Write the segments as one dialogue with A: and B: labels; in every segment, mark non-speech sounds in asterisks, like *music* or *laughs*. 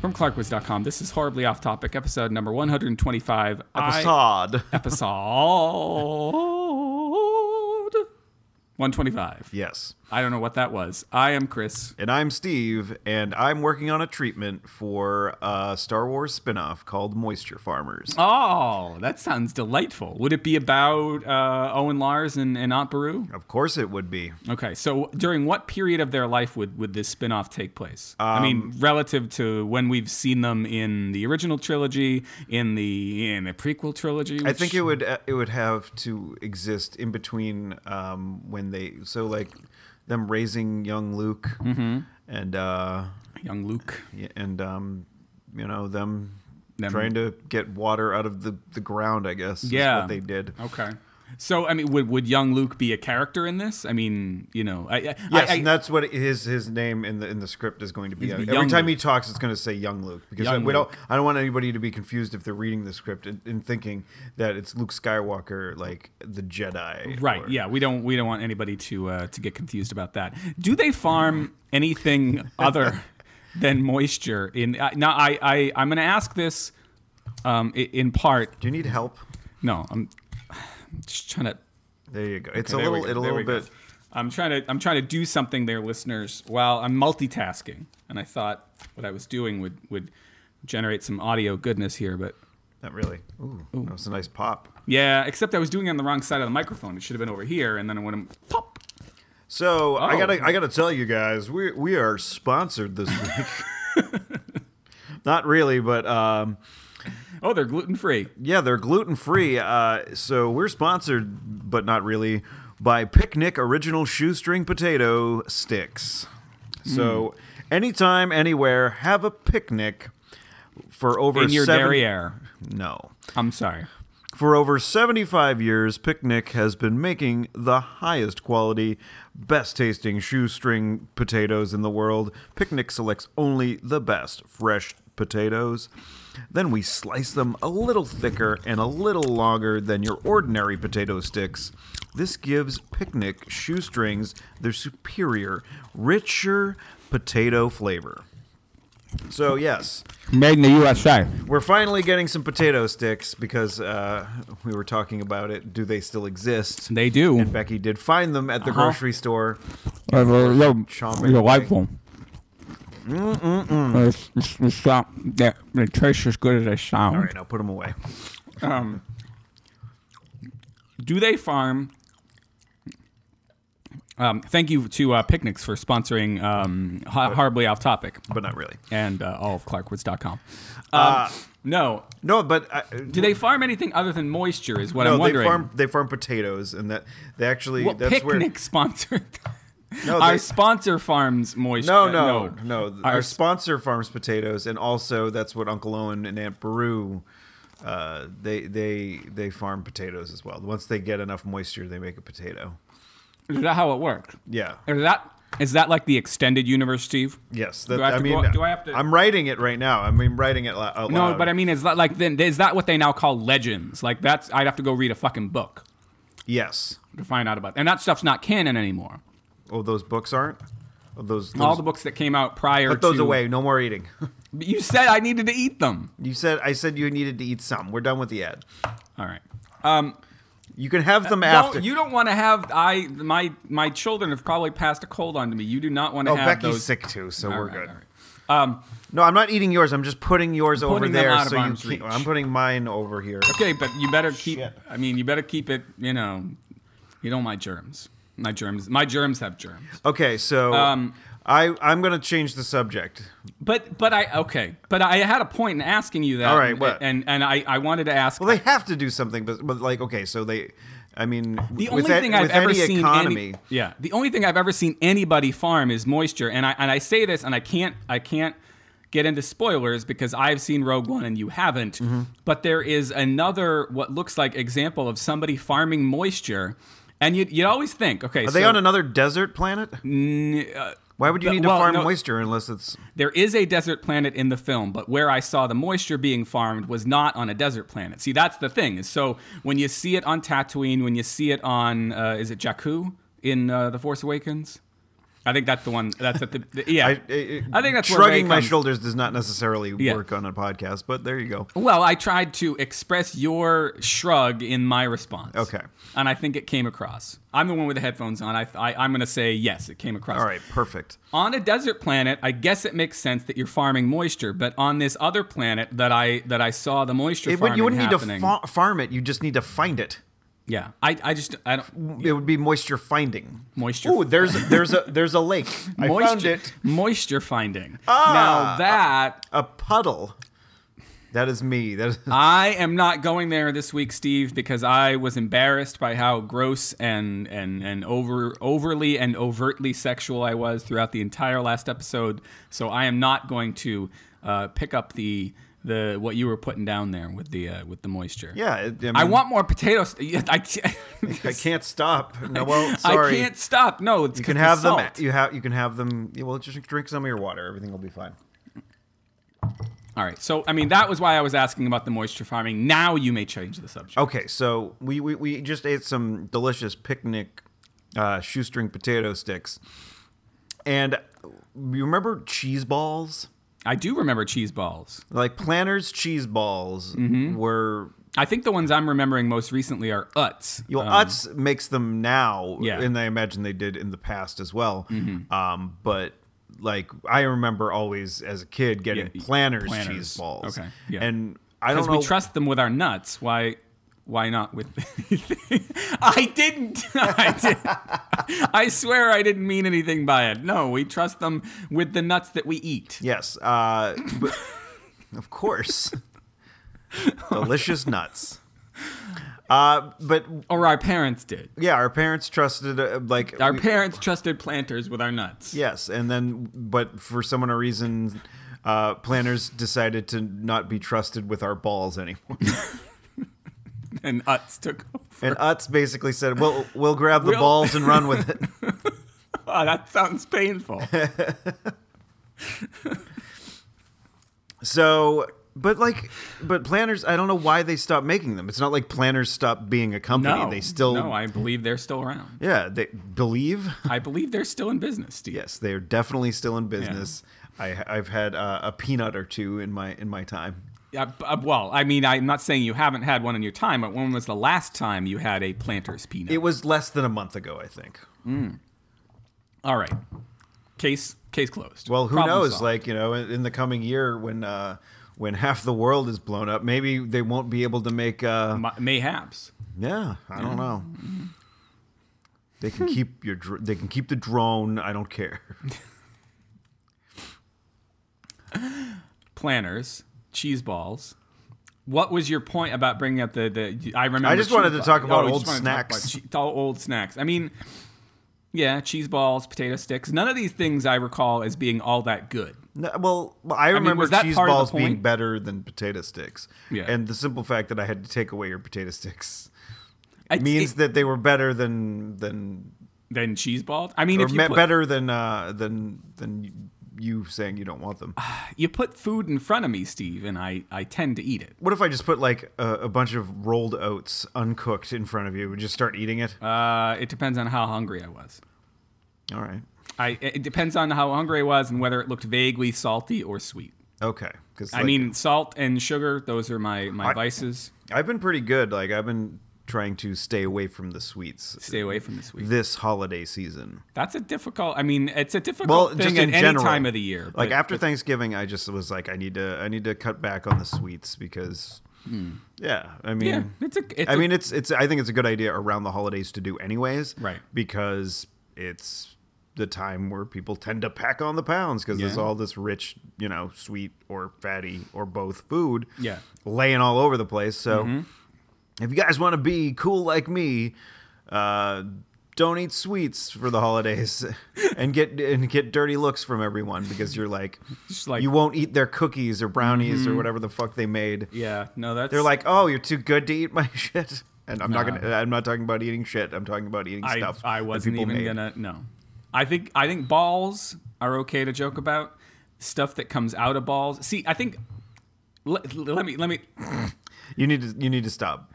A: From ClarkWiz.com, this is Horribly Off Topic, episode number 125. I- *laughs*
B: Assad.
A: episode 125.
B: yes.
A: I don't know what that was. I am Chris.
B: And I'm Steve, and I'm working on a treatment for a Star Wars spinoff called Moisture Farmers.
A: Oh, that sounds delightful. Would it be about uh, Owen Lars and, and Aunt Beru?
B: Of course it would be.
A: Okay, so during what period of their life would, would this spin-off take place? I
B: Um,
A: mean, relative to when we've seen them in the original trilogy, in the in the prequel trilogy.
B: I
A: which-
B: think it would it would have to exist in between um, when they so like them raising young Luke
A: Mm-hmm.
B: and uh,
A: young Luke.
B: y- and um, you know them,
A: Them-
B: trying to get water out of the, the ground. I guess is
A: Yeah.
B: what they did.
A: Okay. So I mean, would would young Luke be a character in this? I mean, you know, I, I,
B: Yes,
A: I-
B: and that's what his his name in the in the script is going to be.
A: He's the
B: Every
A: young
B: time he
A: Luke.
B: talks, it's going to say "Young Luke" because
A: Young
B: we don't. I don't want anybody to be confused if they're reading the script and, and thinking that it's Luke Skywalker, like the Jedi.
A: right.
B: or-
A: Yeah, we don't we don't want anybody to uh, to get confused about that. Do they farm
B: *laughs*
A: anything other than moisture? In uh, now, I I I'm going to ask this um, i- in part.
B: Do you need help?
A: No, I'm just trying to.
B: There you go. It's
A: there
B: a
A: we
B: little.
A: go,
B: It a
A: there we
B: little
A: go.
B: bit.
A: I'm trying to I'm trying to do something there, listeners, while I'm multitasking. And I thought what I was doing would would generate some audio goodness here, but
B: Not really. Ooh, that was a nice pop.
A: Yeah, except I was doing it on the wrong side of the microphone. It should have been over here, and then I went and pop.
B: So I
A: Oh.
B: gotta. I gotta tell you guys, we we are sponsored this week.
A: *laughs*
B: Not really, but. um
A: Oh, they're gluten free.
B: Yeah, they're gluten free. Uh, so we're sponsored, but not really, by Picnic Original Shoestring Potato Sticks. So
A: Hmm.
B: anytime, anywhere, have a picnic for over
A: In your
B: seven-
A: derriere.
B: No,
A: I'm sorry.
B: for over seventy-five years, Picnic has been making the highest quality, best tasting shoestring potatoes in the world. Picnic selects only the best fresh potatoes. Then we slice them a little thicker and a little longer than your ordinary potato sticks. This gives Picnic shoestrings their superior, richer potato flavor. So, yes,
A: Made in the USA.
B: we're finally getting some potato sticks because uh, we were talking about it. Do they still exist?
A: They do.
B: And Becky did find them at the
A: Uh-huh.
B: grocery store.
A: They're,
B: Sean Baker. delightful.
A: It's, it's, it's not, they, they taste as good as they sound.
B: All right, now put them away.
A: Do they farm? Um, thank you to uh, Picnics for sponsoring um, Ho- Horribly Off Topic
B: But not really.
A: and uh, all of ClarkWoods.com. Um,
B: Uh,
A: no.
B: No, but I,
A: Do they farm anything other than moisture, is what
B: no,
A: I'm
B: they
A: wondering.
B: farm they farm potatoes, and that they actually
A: Well,
B: that's
A: picnic *laughs* sponsored.
B: No,
A: our
B: they-
A: sponsor farms moisture.
B: where. No, no, no. Our,
A: Our s-
B: sponsor farms potatoes, and also that's what Uncle Owen and Aunt Beru. Uh, they they they farm potatoes as well. Once they get enough moisture, they make a potato.
A: Is that how it worked?
B: Yeah.
A: Is that is that like the extended universe, Steve?
B: Yes.
A: Do
B: That,
A: I
B: I,
A: have to
B: mean,
A: go- do I have to-
B: I'm writing it right now. I mean, writing it lo- out
A: No,
B: loud.
A: but I mean, is that like then is that what they now call legends? Like that's I'd have to go read a fucking book
B: yes.
A: to find out about, and that stuff's not canon anymore.
B: Oh, those books aren't. Oh, those,
A: All
B: those-
A: the books that came out prior.
B: Put those
A: to,
B: away. No more eating. *laughs*
A: But You said I needed to eat them.
B: you said I said you needed to eat some. We're done with the ad.
A: All right. Um,
B: You can have them
A: don't,
B: after.
A: Uh, you don't want to have I my my children have probably passed a cold on to me. You do not want to
B: oh,
A: have
B: Becky's
A: those.
B: sick too, so
A: All
B: we're
A: right,
B: good.
A: all right.
B: No, I'm not eating yours. I'm just putting yours over
A: putting them
B: there.
A: out of
B: so you
A: arm's
B: can't-
A: reach.
B: I'm putting mine over here.
A: Okay, but you better keep.
B: Shit.
A: I mean, you better keep it. You know, you don't mind germs. My germs. My germs have germs.
B: Okay, so
A: Um,
B: I I'm gonna change the subject.
A: But but I okay. But I had a point in asking you that.
B: All right,
A: and,
B: what?
A: And and I I wanted to ask.
B: Well, they have to do something, but but like okay, so they. I mean,
A: the
B: with
A: only
B: that-
A: thing I've
B: with
A: ever
B: any
A: seen
B: economy.
A: any, yeah the only thing I've ever seen anybody farm is moisture and I and I say this and I can't I can't get into spoilers because I've seen Rogue One and you haven't
B: Mm-hmm.
A: but there is another what looks like example of somebody farming moisture and you you always think okay
B: Are they
A: so- uh,
B: on another desert planet? Why would you
A: the-
B: need to
A: well,
B: farm
A: no-
B: moisture unless it's
A: There is a desert planet in the film, but where I saw the moisture being farmed was not on a desert planet. See, that's the thing. Is so when you see it on Tatooine, when you see it on uh, is it Jakku in uh, the Force Awakens? I think that's the one. That's at the, the- yeah.
B: *laughs* I, it-
A: I think that's where Ray
B: shrugging my
A: comes-
B: shoulders does not necessarily
A: Yeah.
B: work on a podcast, but there you go.
A: well, I tried to express your shrug in my response.
B: Okay.
A: And I think it came across. I'm the one with the headphones on. I, I I'm going to say yes. It came across.
B: All right, perfect.
A: on a desert planet, I guess it makes sense that you're farming moisture, but on this other planet that I that I saw the moisture
B: It would,
A: farming
B: you wouldn't
A: happening.
B: need to fa- farm it. You just need to find it.
A: yeah, I, I just I don't
B: It would be moisture finding.
A: moisture. *laughs*
B: Oh, there's there's a there's a lake. I
A: moisture,
B: found it.
A: Moisture finding.
B: Ah.
A: now that
B: A puddle. That is me. That is,
A: I am not going there this week, Steve, because I was embarrassed by how gross and and and over overly and overtly sexual I was throughout the entire last episode. So I am not going to uh, pick up the the what you were putting down there with the uh, with the moisture.
B: yeah. it- I, mean,
A: I want more potatoes. *laughs* Yeah, I can't.
B: I can't stop. No, well,
A: *laughs* I
B: sorry.
A: can't stop. No, it's
B: You can have them. You have. You can have them. yeah, Well, just drink some of your water. Everything will be fine.
A: All right. So, I mean, that was why I was asking about the moisture farming. Now you may change the subject.
B: Okay, so we, we, we just ate some delicious picnic uh, shoestring potato sticks. And you remember cheese balls?
A: I do remember cheese balls.
B: Like Planner's cheese balls
A: Mm-hmm.
B: were.
A: I think the ones I'm remembering most recently are Utz.
B: You know, Utz makes them now,
A: Um, Yeah. Mm-hmm.
B: and I imagine they did in the past as well. Um, but like I remember always as a kid getting
A: Yeah,
B: Planner's,
A: Planters.
B: cheese balls.
A: Okay, yeah.
B: And I don't
A: Because
B: know.
A: we trust them with our nuts. Why? Why not with? *laughs* I didn't. *laughs* I did. *laughs* I swear I didn't mean anything by it. No, we trust them with the nuts that we eat.
B: Yes. Uh, but- *laughs* of course. Delicious nuts. Uh, but
A: Or our parents did.
B: yeah, our parents trusted uh, like
A: Our
B: we-
A: parents trusted planters with our nuts.
B: Yes, and then but for some or reason, uh, planners decided to not be trusted with our balls anymore. *laughs*
A: And Utz took over.
B: And Utz basically said, "Well, we'll grab the
A: We'll- *laughs*
B: balls and run with it."
A: Oh, that sounds
B: *laughs*
A: painful.
B: So, but like, but planners, I don't know why they stopped making them. It's not like planners stopped being a company.
A: No,
B: they still,
A: No, I believe they're still around.
B: yeah, they believe.
A: I believe they're still in business, Steve.
B: Yes, they are definitely still in business. I, I've had uh, a peanut or two in my in my time.
A: Yeah, b- uh, well, I mean, I'm not saying you haven't had one in your time, but when was the last time you had a planter's peanut?
B: It was less than a month ago, I think.
A: All right, case case closed.
B: Well, who
A: Problem
B: knows?
A: solved.
B: Like you know, in, in the coming year, when uh, when *laughs* half the world is blown up, maybe they won't be able to make. Uh,
A: M- mayhaps.
B: yeah, I don't know. They can keep your. dr- They can keep the drone. I don't care. *laughs*
A: planners, cheese balls. What was your point about bringing up the the? I remember.
B: I just
A: cheese
B: wanted to
A: balls.
B: talk about
A: you
B: old
A: just wanted to talk about
B: snacks.
A: che- all old snacks. I mean, yeah, cheese balls, potato sticks. None of these things I recall as being all that good.
B: No, well, I remember
A: was that
B: cheese
A: part of the
B: balls being
A: point?
B: better than potato sticks,
A: Yeah.
B: and the simple fact that I had to take away your potato sticks
A: It
B: means that they were better than than
A: than cheese balls. I mean,
B: or
A: if you
B: me-
A: put,
B: better than uh, than than you saying you don't want them. *sighs*
A: you put food in front of me, Steve, and I I tend to eat it.
B: What if I just put like a, a bunch of rolled oats uncooked in front of you and just start eating it?
A: Uh, it depends on how hungry I was.
B: All right.
A: I it depends on how hungry I was and whether it looked vaguely salty or sweet.
B: Okay. Cause,
A: I
B: like,
A: mean, salt and sugar; those are my my
B: I-
A: vices.
B: I've been pretty good. Like, I've been trying to stay away from the sweets
A: Stay away from the sweet.
B: this holiday season.
A: That's a difficult. I mean, it's a difficult
B: Well,
A: thing
B: just
A: at
B: in
A: any
B: general.
A: time of the year.
B: Like
A: but-
B: after Thanksgiving, I just was like, I need to, I need to cut back on the sweets because, yeah, I mean,
A: Hmm. yeah, it's a. It's
B: I
A: a-
B: mean, it's it's. I think it's a good idea around the holidays to do anyways,
A: Right.
B: Because it's the time where people tend to pack on the pounds because there's
A: Yeah.
B: all this rich, you know, sweet or fatty or both food,
A: Yeah. Mm-hmm.
B: laying all over the place. So, if you guys want to be cool like me, uh, don't eat sweets for the holidays *laughs* and get and get dirty looks from everyone because you're like,
A: Just like- Mm-hmm.
B: you won't eat their cookies or brownies or whatever the fuck they made.
A: yeah, no, that's.
B: They're like, "Oh, you're too good to eat my *laughs* shit." And I'm not
A: Nah.
B: gonna. I'm not talking about eating shit. I'm talking about eating
A: I,
B: stuff.
A: I
B: that
A: wasn't
B: people
A: even
B: made.
A: gonna. No, I think I think balls are okay to joke about. Stuff that comes out of balls. See, I think. Let, let me let me.
B: You need to. You need to stop.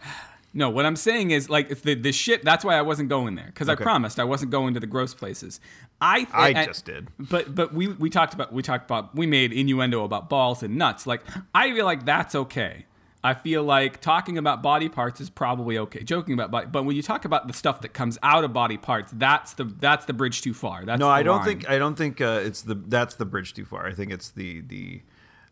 A: No, what I'm saying is like if the the shit. That's why I wasn't going there because I
B: Okay.
A: promised I wasn't going to the gross places. I thi-
B: I just did.
A: But but we we talked about we talked about we made innuendo about balls and nuts. Like I feel like that's okay. I feel like talking about body parts is probably okay. Joking about body, but when you talk about the stuff that comes out of body parts, that's the that's the bridge too far. That's
B: No,
A: the
B: I don't
A: line.
B: think I don't think uh, it's the that's the bridge too far. I think it's the the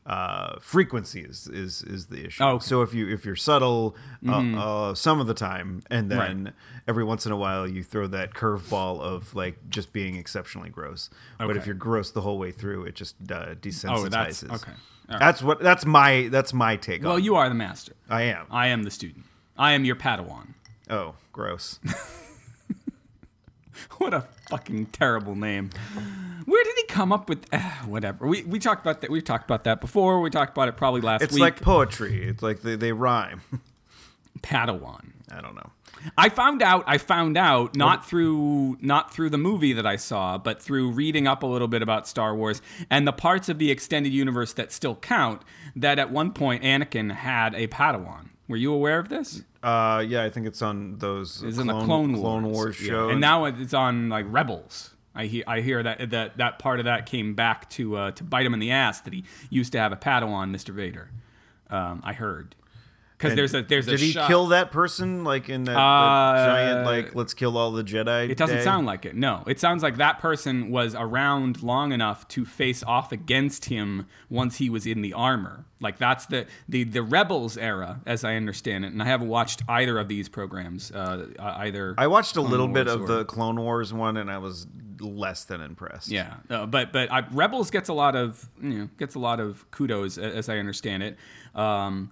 B: uh, frequency is, is is the issue.
A: Oh, okay. Mm-hmm.
B: So if you if you're subtle uh, uh, some of the time, and then every once in a while you throw that curveball of like just being exceptionally gross. But if
A: Okay. Oh,
B: you're gross the whole way through, it just uh, desensitizes.
A: that's- okay. All right.
B: That's what that's my that's my take
A: Well,
B: on. it.
A: Oh, you are the master.
B: I am.
A: I am the student. I am your Padawan. *laughs*
B: oh, gross.
A: What a fucking terrible name. Where did he come up with ah, whatever? We we talked about that. We've talked about that before. We talked about it probably last
B: It's
A: week.
B: like poetry. It's like they, they rhyme. *laughs*
A: Padawan.
B: I don't know.
A: I found out. I found out not through not through the movie that I saw, but through reading up a little bit about Star Wars and the parts of the extended universe that still count. That at one point Anakin had a Padawan. Were you aware of this?
B: Uh, yeah, I think it's on those.
A: It's in the Clone Wars,
B: Clone Wars
A: Yeah.
B: shows.
A: and now it's on like Rebels. I hear I hear that that that part of that came back to uh, to bite him in the ass that he used to have a Padawan, Mister Vader. Um, I heard because
B: And
A: there's a there's a
B: did he
A: shot-
B: kill that person like in that, that
A: Uh,
B: giant like let's kill all the Jedi?
A: It doesn't sound like it. No, it sounds like that person was around long enough to face off against him once he was in the armor. Like that's the the the Rebels era, as I understand it. And I haven't watched either of these programs. Uh, either
B: I watched a little bit
A: Wars
B: of
A: or-
B: the Clone Wars one, and I was less than impressed.
A: Yeah, uh, but but I, Rebels gets a lot of you know gets a lot of kudos a- as I understand it. Um,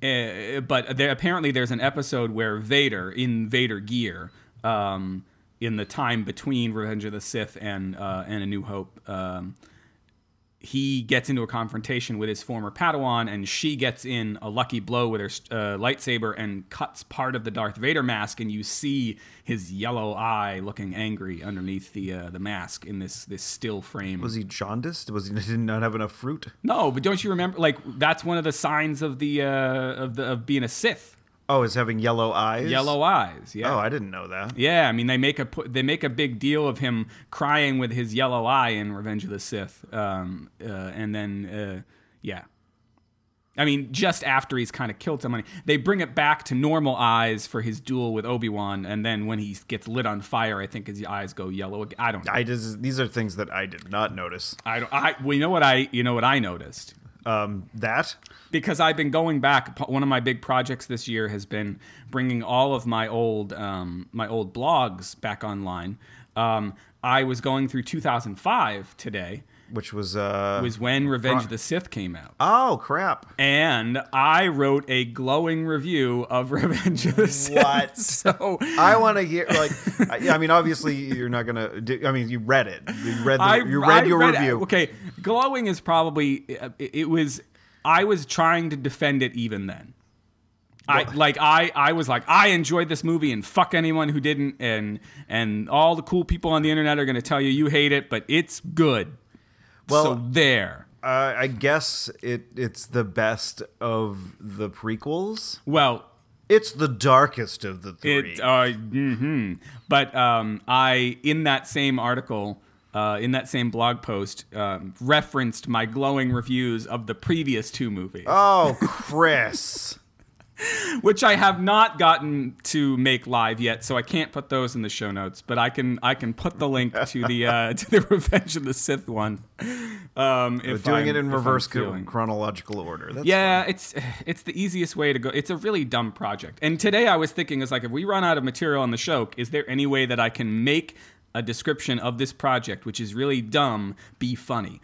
A: eh, but there, apparently there's an episode where Vader in Vader gear. Um, in the time between Revenge of the Sith and uh, and A New Hope, um, he gets into a confrontation with his former Padawan, and she gets in a lucky blow with her uh, lightsaber and cuts part of the Darth Vader mask, and you see his yellow eye looking angry underneath the uh, the mask in this this still frame.
B: Was he jaundiced? Was he *laughs* did not have enough fruit?
A: no, but don't you remember? Like that's one of the signs of the uh, of the of being a Sith.
B: Oh, is having yellow eyes?
A: Yellow eyes. Yeah.
B: Oh, I didn't know that.
A: Yeah, I mean they make a pu- they make a big deal of him crying with his yellow eye in Revenge of the Sith, um, uh, and then uh, yeah, I mean just after he's kind of killed somebody, they bring it back to normal eyes for his duel with Obi Wan, and then when he gets lit on fire, I think his eyes go yellow. ag- I don't know.
B: I just, these are things that I did not notice.
A: I don't. I well, you know what I you know what I noticed
B: Um, that
A: because I've been going back. p- One of my big projects this year has been bringing all of my old um, my old blogs back online. Um, I was going through 2005 today,
B: which was uh
A: was when Revenge of the Sith came out,
B: oh crap.
A: and I wrote a glowing review of *laughs* Revenge of the Sith. *laughs*
B: What?
A: So
B: I want to hear like I, I mean obviously you're not gonna do, I mean you read it you read the,
A: I
B: you read
A: I
B: your
A: read-
B: review
A: Okay, glowing is probably uh, it, it was. I was trying to defend it even then. I like I I was like I enjoyed this movie and fuck anyone who didn't and and all the cool people on the internet are going to tell you you hate it but it's good.
B: Well-
A: so there.
B: Uh, I guess it it's the best of the prequels.
A: Well,
B: It's the darkest of the three.
A: It, uh, hmm But um, I, in that same article, uh, in that same blog post, um, referenced my glowing reviews of the previous two movies,
B: oh, Chris.
A: which I have not gotten to make live yet, so I can't put those in the show notes. But I can, I can put the link to the uh, *laughs* to the Revenge of the Sith one. Um, if
B: *laughs* Doing
A: I'm- if
B: it in
A: I'm
B: reverse
A: feeling-
B: chronological order. That's
A: yeah, it's *sighs* it's the easiest way to go. It's a really dumb project. And today I was thinking is like if we run out of material on the show, is there any way that I can make a description of this project which is really dumb be funny?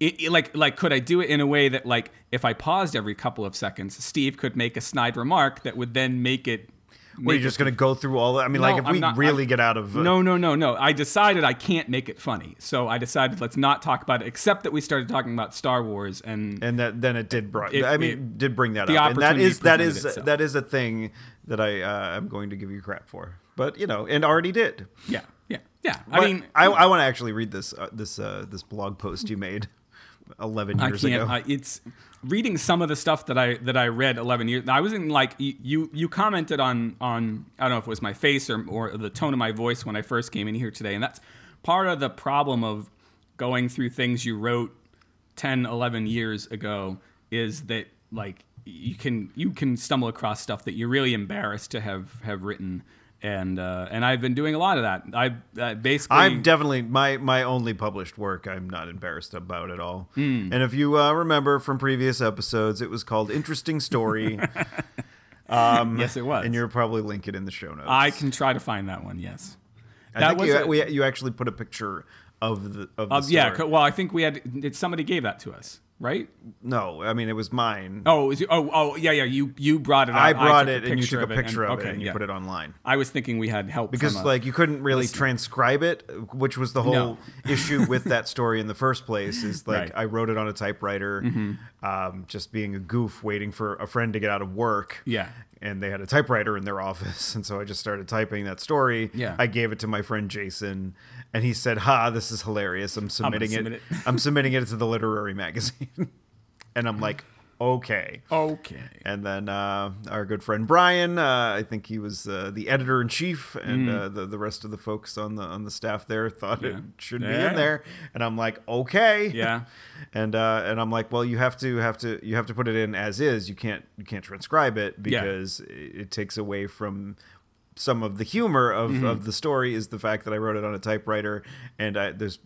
A: It, it- like like could I do it in a way that like if I paused every couple of seconds, Steve could make a snide remark that would then make it
B: Were
A: make
B: you just going to go through all that? I mean,
A: No,
B: like, if
A: I'm
B: we
A: not-
B: really
A: I'm-
B: get out of. uh,
A: no, no, no, no. I decided I can't make it funny. So I decided let's not talk about it except that we started talking about Star Wars and
B: And that, then it did bring.
A: It-
B: I mean,
A: it-
B: did bring that
A: the
B: up. And that
A: opportunity
B: is that
A: presented
B: is
A: itself.
B: that is a thing that I uh, am going to give you crap for. But you know, and already did.
A: yeah. Yeah. Yeah. I
B: But
A: mean
B: I, I want to actually read this uh, this uh, this blog post you made *laughs* eleven
A: I
B: years
A: can't.
B: ago.
A: I, it's reading some of the stuff that I that I read 11 years. I was in like y- you you commented on on I don't know if it was my face or or the tone of my voice when I first came in here today, and that's part of the problem of going through things you wrote 10, 11 years ago is that like you can you can stumble across stuff that you're really embarrassed to have have written. And uh, and I've been doing a lot of that. I uh, basically
B: I'm definitely my my only published work. I'm not embarrassed about at all.
A: Hmm.
B: And if you uh, remember from previous episodes, it was called "Interesting
A: *laughs*
B: Story." um,
A: Yes, it was.
B: And you'll probably link it in the show notes.
A: I can try to find that one. Yes,
B: I
A: that
B: think
A: was
B: you,
A: a-
B: we, you actually put a picture of the of the
A: Uh, yeah,
B: story. Oh.
A: co- well, I think we had it, somebody gave that to us, right?
B: No, I mean it was mine.
A: Oh, is it, oh, oh, yeah, yeah. You you brought it. Out.
B: I brought
A: took
B: it, and you took a picture of it, and, you
A: yeah.
B: put it online.
A: I was thinking we had help
B: Because
A: from a-
B: like you couldn't really transcribe it, which was the
A: *laughs*
B: whole
A: No.
B: issue with that story in the first place. Is like
A: Right. Mm-hmm.
B: I wrote it on a typewriter, um, just being a goof, waiting for a friend to get out of work.
A: Yeah.
B: and they had a typewriter in their office, *laughs* and so I just started typing that story.
A: Yeah.
B: I gave it to my friend Jason, and he said, "Ha, this is hilarious. I'm submitting it.
A: submit it."
B: I'm submitting it to the literary *laughs* magazine." and I'm like, "Okay."
A: okay.
B: and then uh, our good friend Brian. Uh, I think he was uh, the editor in chief, and uh, the the rest of the folks on the on the staff there thought
A: Hmm. Yeah.
B: it should be
A: Yeah.
B: in there. And I'm like, okay,
A: Yeah.
B: and uh, and I'm like, well, you have to have to you have to put it in as is. You can't you can't transcribe it
A: Yeah.
B: because it, it takes away from some of the humor of,
A: Mm-hmm.
B: of the story is the fact that I wrote it on a typewriter and I, there's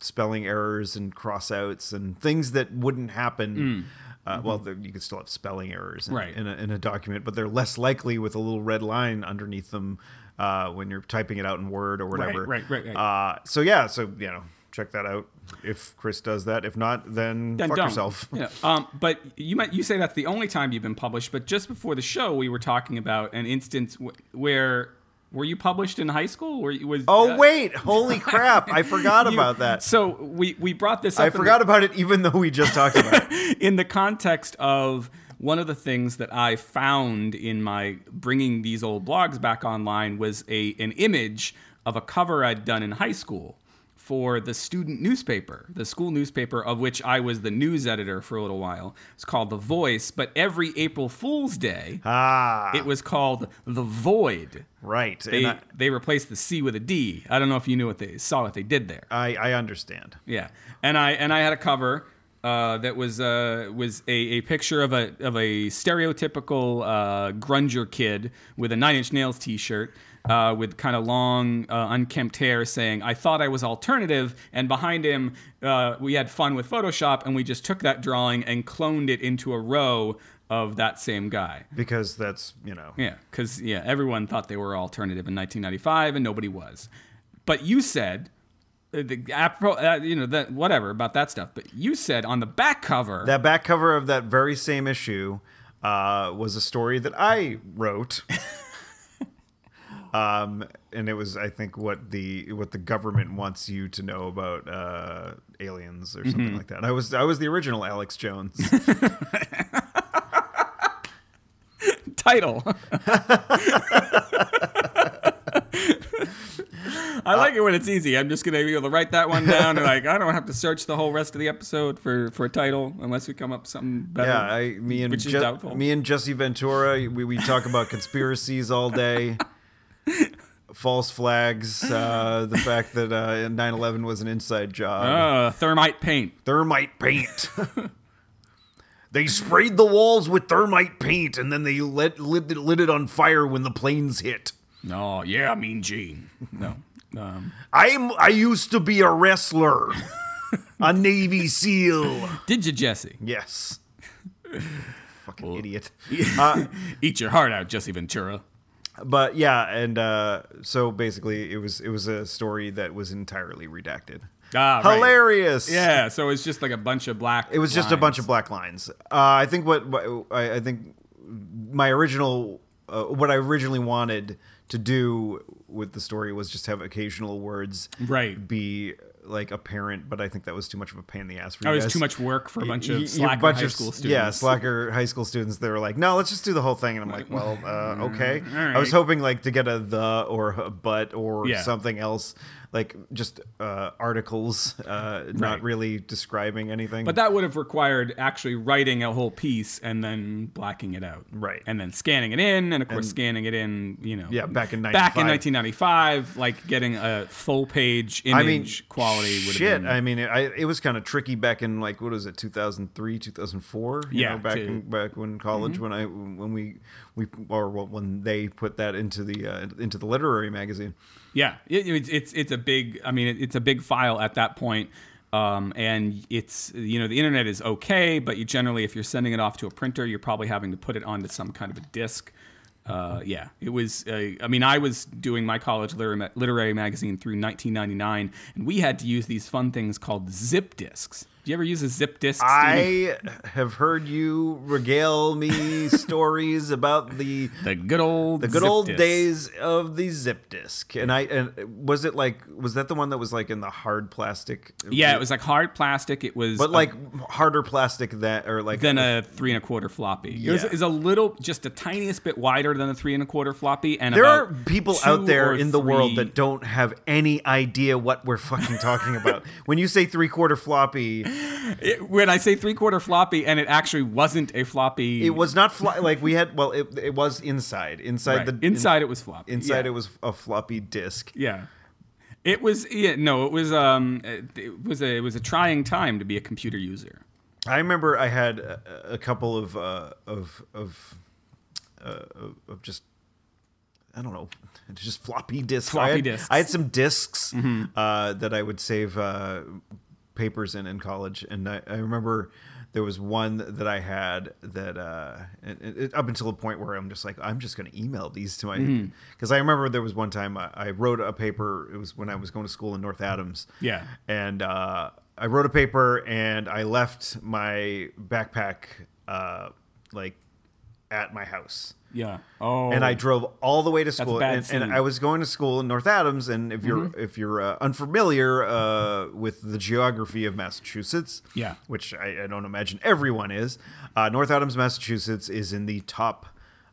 B: spelling errors and crossouts and things that wouldn't happen. Uh, well, there, you could still have spelling errors in,
A: Mm. Mm-hmm. Right.
B: in, a, in a document, but they're less likely with a little red line underneath them uh, when you're typing it out in Word or whatever.
A: right, right, right.
B: Uh, so yeah, so you know, check that out. If Chris does that, if not, then,
A: Then
B: fuck
A: don't.
B: yourself.
A: Yeah. Um, but you might you say that's the only time you've been published. But just before the show, we were talking about an instance w- where were you published in high school? Or was
B: Oh
A: uh,
B: wait, holy crap!
A: *laughs*
B: I forgot
A: you-
B: about that.
A: So we we brought this up.
B: I
A: in the-
B: forgot about it, even though we just talked about
A: *laughs*
B: it.
A: in the context of one of the things that I found in my bringing these old blogs back online was a an image of a cover I'd done in high school for the student newspaper, the school newspaper of which I was the news editor for a little while. It's called The Voice, but every April Fool's Day,
B: Ah,
A: it was called The Void.
B: right.
A: They,
B: And I,
A: they replaced the C with a D. I don't know if you knew what they saw what they did there.
B: I, I understand.
A: Yeah, and I and I had a cover uh, that was uh, was a, a picture of a of a stereotypical uh, grunger kid with a Nine Inch Nails T-shirt. Uh, with kind of long, uh, unkempt hair, saying, "I thought I was alternative," and behind him, uh, we had fun with Photoshop, and we just took that drawing and cloned it into a row of that same guy.
B: Because that's you know.
A: Yeah, because yeah, everyone thought they were alternative in 1995, and nobody was. But you said, uh, the, apropos, uh, you know, that whatever about that stuff. But you said on the back cover,
B: That back cover of that very same issue uh, was a story that I
A: *laughs*
B: wrote. um, and it was, I think, what the what the government wants you to know about uh, aliens or
A: Mm-hmm.
B: something like that. I was I was the original Alex Jones.
A: *laughs*
B: *laughs*
A: title. I like it when it's easy. I'm just gonna be able to write that one down, and like I don't have to search the whole rest of the episode for for a title unless we come up with something better.
B: yeah, I, me and
A: which is
B: Je-
A: doubtful.
B: me and Jesse Ventura, we, we talk about conspiracies
A: *laughs*
B: all day. False flags, uh, the fact that uh, 9/11 was an inside job.
A: Uh, thermite paint.
B: thermite paint. they sprayed the walls with thermite paint and then they lit, lit, lit it on fire when the planes hit.
A: No, Oh, yeah, Mean Gene. No. Um,
B: I'm I used to be a wrestler. a Navy SEAL.
A: did you, Jesse?
B: Yes. Fucking idiot. Uh,
A: Eat your heart out, Jesse Ventura.
B: But yeah, and uh, so basically it was it was a story that was entirely redacted.
A: Ah, right.
B: Hilarious.
A: Yeah, so it's just like a bunch of black.
B: It was just a bunch of black lines. Uh, I think what what- I, I think my original uh, what I originally wanted to do with the story was just have occasional words
A: Right.
B: be like apparent, but I think that was too much of a pain in the ass for
A: That
B: you
A: Oh, was
B: guys.
A: too much work for a bunch
B: Y- y-
A: of slacker
B: bunch
A: high
B: of-
A: school students.
B: Yeah, slacker high school students. They were like, "No, let's just do the whole thing." And I'm
A: *laughs*
B: like, "Well,
A: Mm,
B: uh, okay." I was
A: right.
B: hoping like to get a the or a but or
A: Yeah.
B: something else like just uh, articles, uh, not really describing anything.
A: But that would have required actually writing a whole piece and then blacking it out.
B: Right.
A: And then scanning it in, and of course scanning it in, you know.
B: Yeah, back in
A: Back in
B: 95.
A: 1995, like getting a full page image
B: I mean,
A: quality would
B: shit.
A: have been.
B: I mean, it, I, it was kind of tricky back in like what was it, two thousand three, two thousand four?
A: Yeah,
B: know, back
A: to- Mm-hmm.
B: in, back when college, when I when we we or when they put that into the uh, into the literary magazine.
A: Yeah, it, it's it's it's a big. I mean, it, it's a big file at that point. Um, and it's you know the internet is okay, but you generally, if you're sending it off to a printer, you're probably having to put it onto some kind of a disk. Uh, yeah, it was. Uh, I mean, I was doing my college literary, literary magazine through 1999, and we had to use these fun things called zip disks. Do you ever use a zip disk? Steve?
B: I have heard you
A: *laughs*
B: regale me stories about the
A: the good old
B: the good old days of the zip disk, and I and was it like was that the one that was like in the hard plastic?
A: Yeah, it was like hard plastic. It was
B: but
A: a
B: like harder plastic that or like
A: than a three and a quarter floppy. It was,
B: Yeah.
A: is a little, just the tiniest bit wider than a three and a quarter floppy. And
B: There
A: about
B: are people
A: two
B: out there
A: or
B: in the world
A: three-
B: that don't have any idea what we're fucking
A: *laughs*
B: talking about. when you say three quarter floppy,
A: *laughs* It- when I say three quarter floppy, and it actually wasn't a floppy.
B: it was not fly- like we had. Well, it, it was inside, inside
A: right.
B: the
A: inside. it was floppy.
B: inside
A: yeah.
B: it was a floppy disk.
A: Yeah. It was yeah no it was um it it was a it was a trying time to be a computer user.
B: I remember I had a, a couple of uh, of of, uh, of- of just I don't know, just floppy discs.
A: Floppy
B: I had,
A: discs.
B: I had some disks uh, that I would save uh, papers in in college, and I, I remember there was one that I had that uh, it, it- it- up until a point where I'm just like I'm just going to email these to my
A: Mm-hmm.
B: because I remember there was one time I, I wrote a paper. It was when I was going to school in North Adams.
A: Yeah.
B: And uh, I wrote a paper and I left my backpack uh, like at my house.
A: Yeah. Oh.
B: And I drove all the way to school,
A: bad
B: and, and
A: scene. Mm-hmm.
B: I was going to school in North Adams. And if you're if you're uh, unfamiliar uh, with the geography of Massachusetts,
A: Yeah.
B: which I, I don't imagine everyone is, uh, North Adams, Massachusetts, is in the top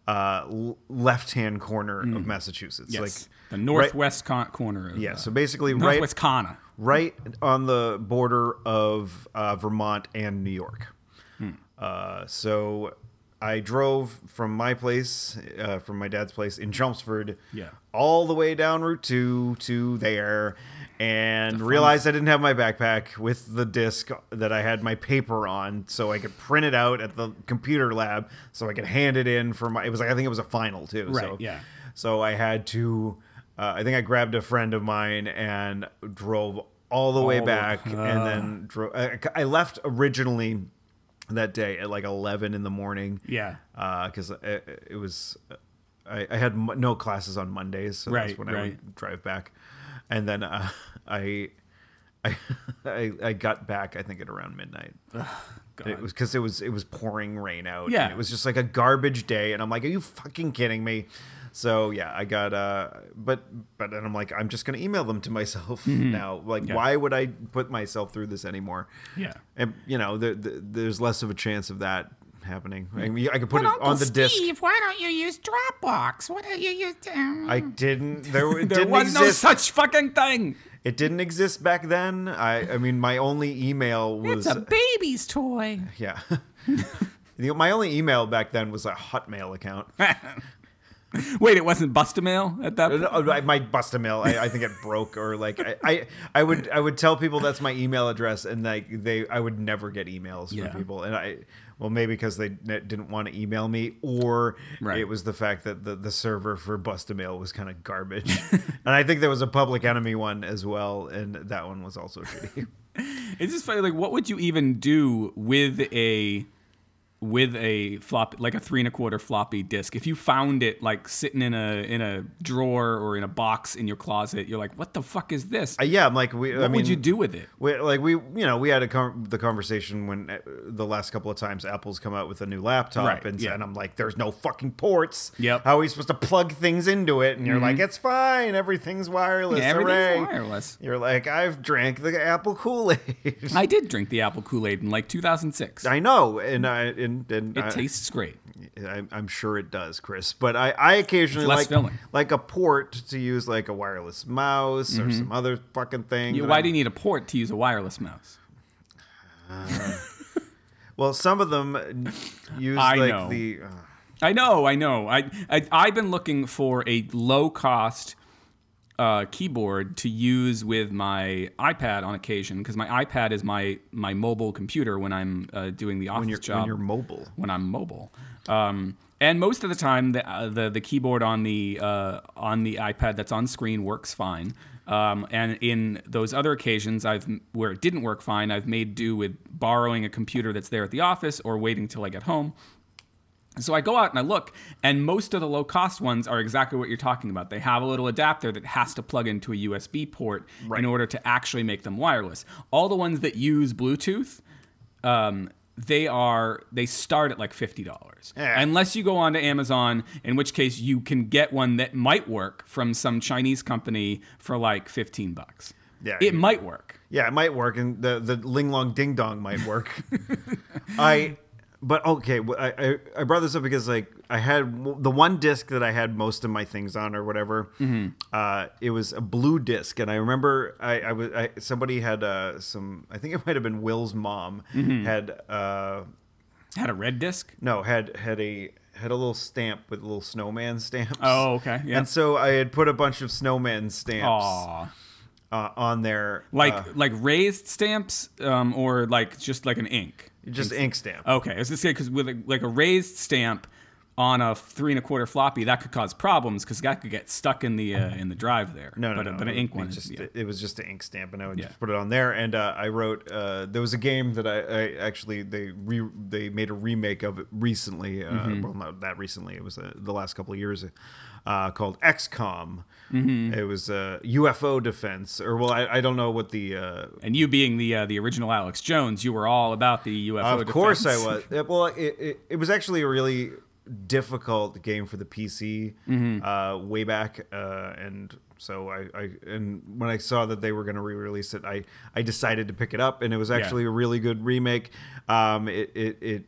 B: uh, l- left-hand corner of Massachusetts,
A: Mm. yes.
B: like
A: the northwest con- corner of
B: yeah.
A: uh,
B: So basically, right
A: northwest Kana.
B: right on the border of uh, Vermont and New York. Uh, so I drove from my place, uh, from my dad's place in Chelmsford,
A: Yeah.
B: all the way down Route 2 to there, and realized I didn't have my backpack with the disc that I had my paper on, so I could print it out at the computer lab, so I could hand it in for my. It was like I think it was a final too.
A: Right,
B: So,
A: yeah.
B: so I had to. Uh, I think I grabbed a friend of mine and drove all the way
A: the-
B: back, and then drove. I, I left originally that day at like eleven in the morning.
A: Yeah.
B: because Uh, it, it was. I, I had m- no classes on Mondays, so
A: Right,
B: that's when I
A: right.
B: would drive back, and then uh, *laughs* I. I, *laughs* I I got back I think at around midnight. It was because it was it was pouring rain out. and
A: Yeah.
B: it was just like a garbage day, and I'm like, are you fucking kidding me? So yeah, I got uh, but but and I'm like, I'm just gonna email them to myself
A: Mm-hmm.
B: *laughs* now. Like, why would I put myself through this anymore?
A: Yeah.
B: and you know, there, there- there's less of a chance of that happening. I mean, I could put it on the disc.
C: why don't you use Dropbox? What are you use? Um,
B: I
A: *laughs*
B: didn't. There, it
A: There
B: didn't
A: was
B: exist.
A: no such fucking thing.
B: it didn't exist back then. I I mean, my only email was
C: it's a baby's toy.
B: yeah. *laughs* The- My only email back then was a Hotmail account.
A: *laughs* Wait, it wasn't Bustamail at that. point?
B: No, Oh, I might bust a mail. I, I think it broke, or like I, I, I would, I would tell people that's my email address, and like they, I would never get emails
A: Yeah.
B: from people, and I, well, maybe because they ne- didn't want to email me, or
A: Right.
B: it was the fact that the, the server for bust a mail was kind of garbage, *laughs* and I think there was a public enemy one as well, and that one was also shitty.
A: It's just funny. Like, what would you even do with a with a flop like a three and a quarter floppy disk? If you found it like sitting in a in a drawer or in a box in your closet, you're like, what the fuck is this?
B: Uh, yeah, I'm like, we, I
A: what
B: mean,
A: would you do with it?
B: We, like we, you know, we had a con the conversation when uh, the last couple of times Apple's come out with a new laptop,
A: Right,
B: and,
A: yeah.
B: and I'm like, "There's no fucking ports.
A: Yep. Mm-hmm.
B: How are we supposed to plug things into it?" And you're like, "It's fine. Everything's wireless.
A: Yeah, everything's
B: Hooray."
A: wireless.
B: You're like, "I've drank the Apple Kool *laughs* Aid.
A: I did drink the apple Kool Aid in like 2006.
B: I know, and I and and
A: it
B: I,
A: tastes great.
B: I, I'm sure it does, Chris. But I, I occasionally
A: less
B: like
A: filling.
B: like a port to use like a wireless mouse or some other fucking thing.
A: Mm-hmm. You-
B: that
A: Why
B: I'm-
A: do you need a port to use a wireless mouse?
B: Well, some
A: *laughs*
B: of them use
A: I
B: like
A: know.
B: the. Uh,
A: I know, I know. I, I I've been looking for a low cost uh, keyboard to use with my iPad on occasion because my iPad is my my mobile computer when I'm uh, doing the office
B: when you're
A: job
B: when you're mobile.
A: when I'm mobile. Um, and most of the time, the, uh, the the keyboard on the uh, on the iPad that's on screen works fine. Um, and in those other occasions, I've where it didn't work fine, I've made do with borrowing a computer that's there at the office or waiting till I get home. So I go out and I look, and most of the low cost ones are exactly what you're talking about. They have a little adapter that has to plug into a USB port in order to actually make them wireless. All the ones that use Bluetooth, um, they are they start at like fifty dollars,
B: Yeah.
A: unless you go onto Amazon, in which case you can get one that might work from some Chinese company for like fifteen bucks.
B: Yeah,
A: it
B: you-
A: might work.
B: Yeah, it might work, and the the ling long ding dong might
A: *laughs*
B: work. I, but okay, wh- I, I I brought this up because like I had w- the one disc that I had most of my things on or whatever.
A: Mm-hmm.
B: Uh, it was a blue disc, and I remember I, I was I, somebody had uh, some. I think it might have been Will's mom
A: Mm-hmm.
B: had uh,
A: Had a red disc.
B: no had had a had a little stamp with little snowman stamps.
A: Oh, okay, yeah.
B: And so I had put a bunch of snowman stamps
A: Aw.
B: uh, on there,
A: like
B: uh,
A: like raised stamps um, or like just like an ink
B: just ink stamp.
A: okay i was gonna say because with a, like a raised stamp on a three and a quarter floppy that could cause problems because that could get stuck in the uh, in the drive there
B: No, no,
A: but,
B: no.
A: but an
B: it
A: ink
B: was
A: one is-
B: Just,
A: yeah.
B: It was just an ink stamp, and I would
A: Yeah.
B: just put it on there. And uh, I wrote. Uh, there was a game that I, I actually they re, they made a remake of it recently. Uh,
A: Mm-hmm.
B: Well, not that recently. It was uh, the last couple of years. Uh, called XCOM.
A: Mm-hmm.
B: It was uh, UFO defense, or well, I, I don't know what the. Uh,
A: and you being the uh, the original alex jones you were all about the ufo
B: of course, I
A: defense.
B: was. Yeah, Well, it, it, it was actually a really difficult game for the PC uh, way back, uh, and so I, I and when I saw that they were going to re-release it, I I decided to pick it up, and it was actually a really good remake. Um, it it. it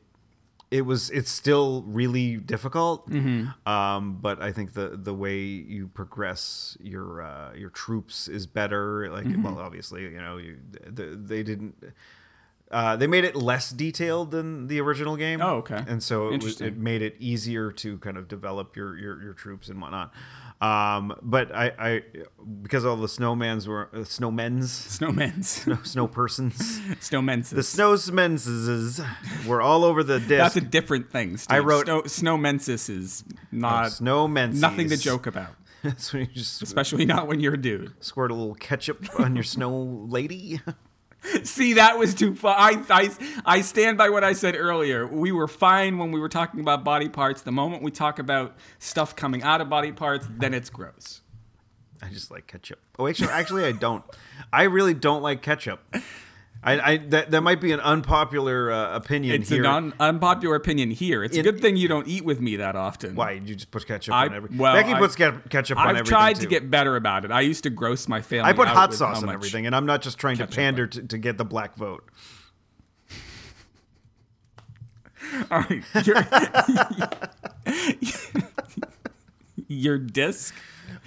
B: it was it's still really difficult
A: Mm-hmm.
B: um, but i think the the way you progress your uh, your troops is better like
A: Mm-hmm.
B: well obviously you know you, the, they didn't uh, they made it less detailed than the original game
A: Oh, okay.
B: and so it, was,
A: Interesting.
B: it made it easier to kind of develop your your, your troops and whatnot um, but I, I because all the snowmans were uh, snowmen's
A: *laughs*
B: *laughs*
A: snowmen's
B: snow persons
A: snowmen's
B: the snowmenses were all
A: *laughs*
B: over the disc
A: that's a different thing Steve.
B: I wrote- Oh,
A: Snow, snowmensis is not
B: snow menses.
A: Uh, nothing to
B: *laughs*
A: joke about
B: That's when you just
A: especially not when you're a dude
B: squirt a little ketchup on your snow lady. *laughs*
A: See, that was too far. I, I, I stand by what I said earlier. We were fine when we were talking about body parts. The moment we talk about stuff coming out of body parts, then it's gross.
B: I just like ketchup. Oh, actually, actually, I don't. I really don't like ketchup. I, I that, that might be an unpopular uh, opinion
A: It's
B: here.
A: an un, unpopular opinion here. It's
B: In-
A: a good thing you don't eat with me that often.
B: Why you just put ketchup
A: I-
B: on everything?
A: well,
B: Becky
A: I-
B: puts ke- ketchup on
A: I've
B: everything.
A: tried to
B: too.
A: get better about it. I used to gross my family.
B: I put
A: out
B: hot
A: with
B: sauce
A: how
B: on
A: much-
B: everything, and I'm not just trying to
A: ketchup
B: pander to, to get the black vote.
A: *laughs* All right, your- *laughs* your disc.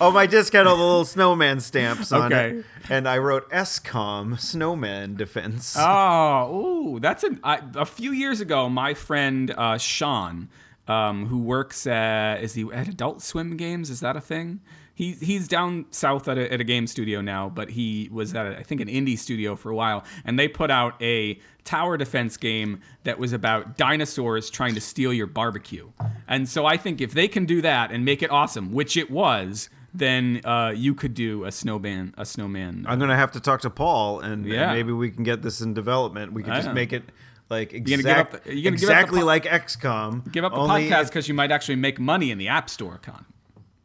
B: Oh, my disc had all
A: *laughs*
B: the little snowman stamps on
A: Okay.
B: it, and I wrote SCOM Snowman Defense.
A: Oh, ooh, that's an. I, a few years ago, my friend uh, Sean, um, who works at is he at Adult Swim Games? Is that a thing? He, he's down south at a, at a game studio now, but he was at a, I think an indie studio for a while, and they put out a tower defense game that was about dinosaurs trying to steal your barbecue. And so I think if they can do that and make it awesome, which it was, then uh, you could do a snowman a snowman.
B: I'm gonna have to talk to Paul, and, and
A: Yeah.
B: maybe we can get this in development. We can
A: I
B: just
A: know.
B: make it like
A: gonna give up
B: exact,
A: the- you're gonna give up the
B: exactly
A: po-
B: like XCOM.
A: Give up the
B: only-
A: podcast because you might actually make money in the App Store, Con.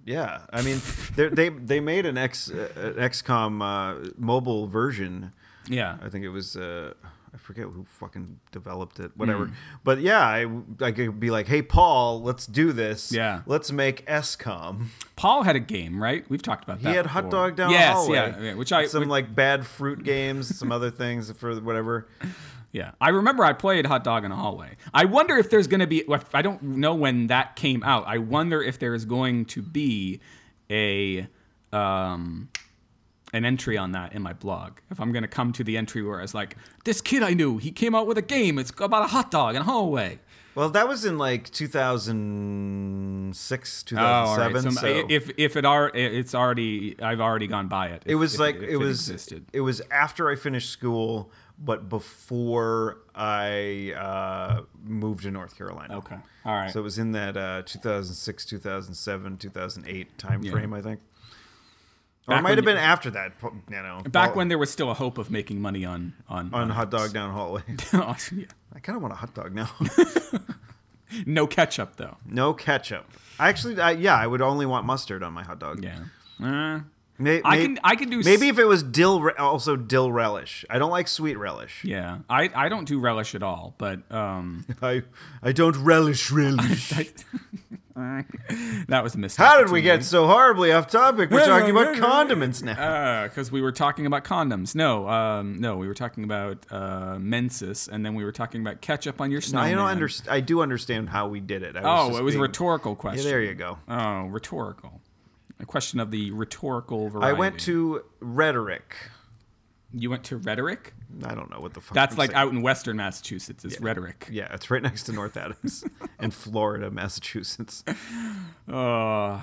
B: Yeah, I mean, they're- they they made an X uh, an XCOM uh, mobile version.
A: Yeah.
B: I think it was. Uh, I forget who fucking developed it, whatever.
A: Hmm.
B: But yeah, I, I could be like, hey, Paul, let's do this.
A: Yeah.
B: Let's make SCOM.
A: Paul had a game, right? We've talked about that.
B: He had hot
A: before.
B: dog down
A: yes,
B: the hallway.
A: yeah, yeah, which I
B: some
A: which-
B: like bad fruit games, some other things for whatever.
A: yeah. I remember I played hot dog in a hallway. I wonder if there's going to be. I don't know when that came out. I wonder if there is going to be a um an entry on that in my blog. If I'm going to come to the entry where it's like this kid I knew, he came out with a game. It's about a hot dog in a hallway.
B: Well, that was in like 2006,
A: Oh, all
B: 2007.
A: right. So,
B: so
A: if if it are, it's already. I've already gone by it.
B: it was like it,
A: it
B: was
A: existed.
B: it was after I finished school, but before I uh, moved to North Carolina.
A: Okay. All right.
B: So it was in that uh, 2006, 2007, 2008 time frame, I think. or
A: Back when
B: it might have
A: you-
B: been after that, pu- you know.
A: Back
B: all-
A: when there was still a hope of making money on on
B: on hot dog down hallway. *laughs*
A: yeah.
B: I kind of want a hot dog now. *laughs*
A: No ketchup though.
B: no ketchup. I actually, I, yeah, I would only want mustard on my hot dog.
A: Yeah. Uh,
B: May-
A: I
B: may-
A: can I can do s-
B: Maybe if it was dill, re- also dill relish. I don't like
A: *laughs*
B: sweet relish.
A: yeah. I I don't do relish at all, but um *laughs*
B: I, I don't relish relish.
A: that was a mistake.
B: *laughs* How did we get so horribly off topic? We're
A: Yeah,
B: talking
A: yeah,
B: about
A: yeah, yeah.
B: condiments now.
A: because Uh, we were talking about condoms. No, um, no, we were talking about uh, menses, and then we were talking about ketchup on your snowman.
B: I don't understand. I do understand how we did it. I was
A: Oh,
B: just
A: it was a
B: being-
A: rhetorical
B: Yeah,
A: question.
B: there you go.
A: Oh, rhetorical. A question of the rhetorical
B: I
A: variety.
B: went to rhetoric.
A: You went to rhetoric.
B: I don't know what the fuck.
A: That's
B: I'm
A: like
B: saying.
A: out in Western Massachusetts. It's rhetoric.
B: Yeah, it's right next to North Adams *laughs* and Florida, Massachusetts.
A: Uh,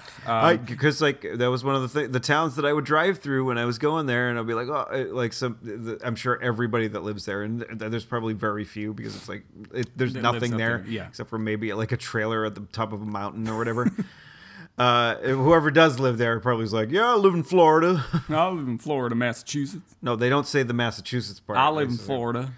B: because like that was one of the th- the towns that I would drive through when I was going there, and I'd be like, oh, I- like some. th- I'm sure everybody that lives there, and th- there's probably very few because it's like it, there's
A: That lives
B: nothing
A: up
B: there,
A: there, yeah.
B: except for maybe like a trailer at the top of a mountain or whatever. *laughs* uh, whoever does live there probably is like, yeah, I live in Florida. *laughs*
A: I live in Florida, Massachusetts.
B: no, they don't say the Massachusetts part.
A: I live in
B: It's-
A: Florida.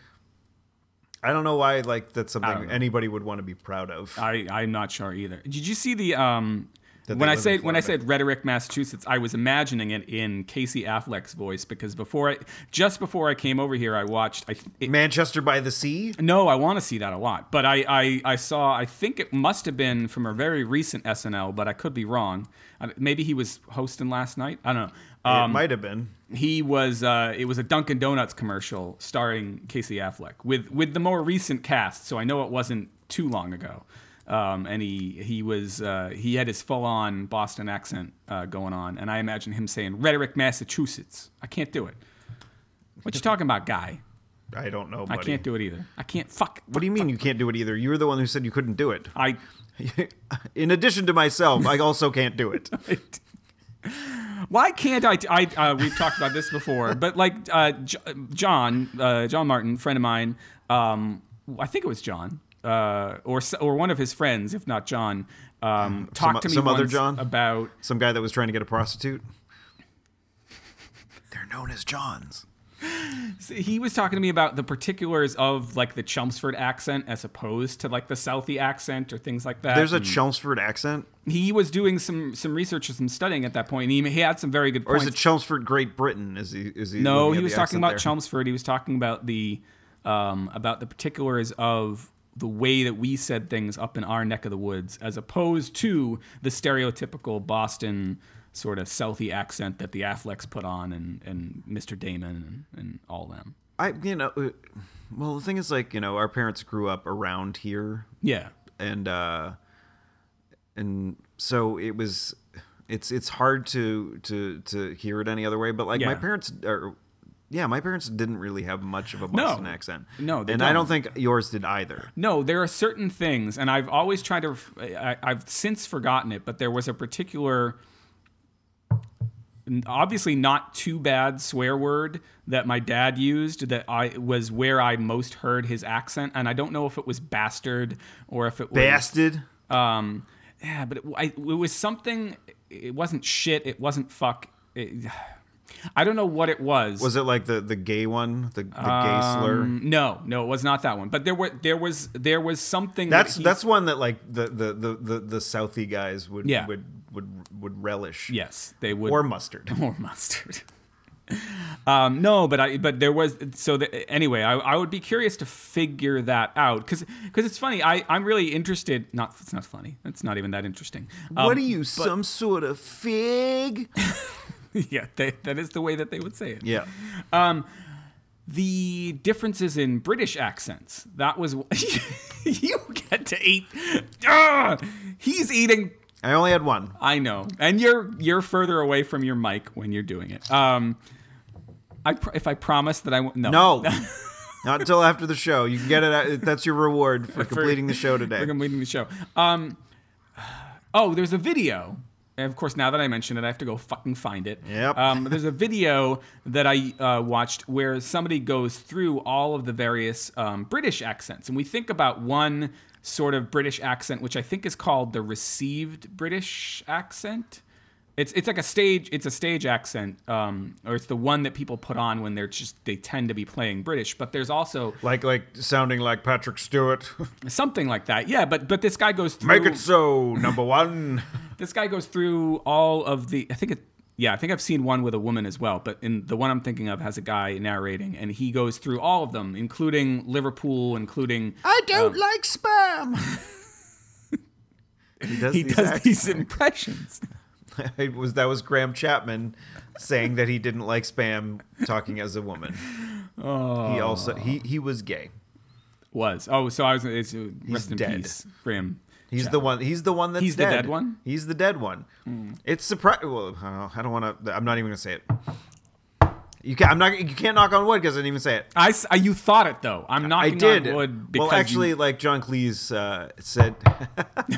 B: I don't know why like that's
A: don't
B: something
A: know.
B: anybody would want to be proud of.
A: I I'm not sure either. Did you see the um
B: That they
A: when I
B: live in
A: said when I
B: Florida.
A: said rhetoric Massachusetts, I was imagining it in Casey Affleck's voice because before I just before I came over here, I watched I it,
B: Manchester by the Sea.
A: no, I want to see that a lot, but I, I I saw I think it must have been from a very recent SNL, but I could be wrong. I- Maybe he was hosting last night. I don't know. Uh,
B: it might have been.
A: he was uh, it was a Dunkin' Donuts commercial starring Casey Affleck with with the more recent cast, so I know it wasn't too long ago. Um, and he he was uh, he had his full on Boston accent uh, going on, and I imagine him saying "Rhetoric, Massachusetts." I can't do it. What you talking about, guy?
B: I don't know.
A: I
B: Buddy.
A: can't do it either. I can't. Fuck.
B: What do you mean you can't do it either? You were the one who said you couldn't do it.
A: I.
B: *laughs* In addition to myself, I also can't do it.
A: *laughs* Why can't I? I uh, we've talked about this
B: *laughs*
A: before, but like uh, J- John, uh, John Martin, friend of mine, um, I think it was John, uh, or s- or one of his friends, if not John, um, talked to me
B: some other
A: once
B: John?
A: about
B: Some guy that was trying to get a prostitute. They're known as Johns.
A: he was talking to me about the particulars of like the Chelmsford accent as opposed to like the Southie accent or things like that.
B: There's a Chelmsford accent,
A: he was doing some some research and some studying at that point, and he, he had some very good
B: or
A: points.
B: is it Chelmsford, Great Britain? Is he? Is he?
A: No,
B: looking
A: he
B: at
A: was
B: the
A: talking
B: accent
A: about
B: there?
A: Chelmsford. He was talking about the um, about the particulars of the way that we said things up in our neck of the woods, as opposed to the stereotypical Boston sort of Southie accent that the Afflecks put on and, and Mr. Damon and, and all them.
B: I, you know, uh, well, the thing is, like, you know, our parents grew up around here,
A: Yeah,
B: and uh, and so it was. It's it's hard to to to hear it any other way, but like my
A: Yeah.
B: parents are. Yeah, my parents didn't really have much of a Boston accent.
A: No, they
B: and I don't think yours did either.
A: No, there are certain things, and I've always tried to. ref- I, I've since forgotten it, but there was a particular, obviously not too bad swear word that my dad used that I was where I most heard his accent, and I don't know if it was bastard or if it was
B: Bastard.
A: um, yeah, but it, I, it was something. It wasn't shit. It wasn't fuck. It, I don't know what it was.
B: Was it like the the gay one, the, the gay slur?
A: Um, no, no, it was not that one. But there were there was there was something that
B: That's
A: he-
B: that's one that like the the the the, the Southie guys would
A: Yeah.
B: would would would relish.
A: Yes, they would. *laughs*
B: Or mustard.
A: Or mustard. Um, no, but I but there was so the, anyway. I, I would be curious to figure that out because it's funny. I I'm really interested. Not it's not funny. It's not even that interesting. Um,
B: what are you, some sort of fig?
A: *laughs* yeah, they, that is the way that they would say it.
B: Yeah.
A: The differences in British accents. That was *laughs* you get to eat. Ah, he's eating.
B: I only had one.
A: I know, and you're you're further away from your mic when you're doing it. Um, I pr- if I promise that I won't. No, *laughs*
B: No. Not until after the show. You can get it. At, that's your reward for completing the show today.
A: We're completing the show. Um, *sighs* oh, there's a video. And of course, now that I mention it, I have to go fucking find it.
B: Yep.
A: Um, there's a video that I uh, watched where somebody goes through all of the various um, British accents, and we think about one sort of British accent, which I think is called the received British accent. It's it's like a stage it's a stage accent, um, or it's the one that people put on when they're just they tend to be playing British. But there's also
B: Like, like sounding like Patrick Stewart. *laughs*
A: something like that, yeah. But but this guy goes through
B: Make it so, number one.
A: this guy goes through all of the i think it yeah i think i've seen one with a woman as well but in the one i'm thinking of has a guy narrating and he goes through all of them including liverpool including
B: I don't like spam.
A: *laughs*
B: he does,
A: he
B: these
A: does
B: acts-
A: these impressions
B: *laughs* It was that was Graham Chapman saying that he didn't like spam, talking as
A: *laughs*
B: a woman.
A: Oh.
B: He also he he was gay.
A: was oh so i was it's, uh, rest in
B: dead.
A: peace grim
B: He's the one. He's the one that's
A: He's the
B: dead.
A: dead one? Hmm.
B: He's the dead one. It's surprising. Well, I don't, know. I don't want to. I'm not even gonna say it. You can't. I'm not. You can't knock on wood because I didn't even say it.
A: I, s- I- you thought it though i'm
B: I
A: knocking
B: did.
A: on wood because
B: well,
A: you-
B: actually, like John Cleese uh, said, *laughs*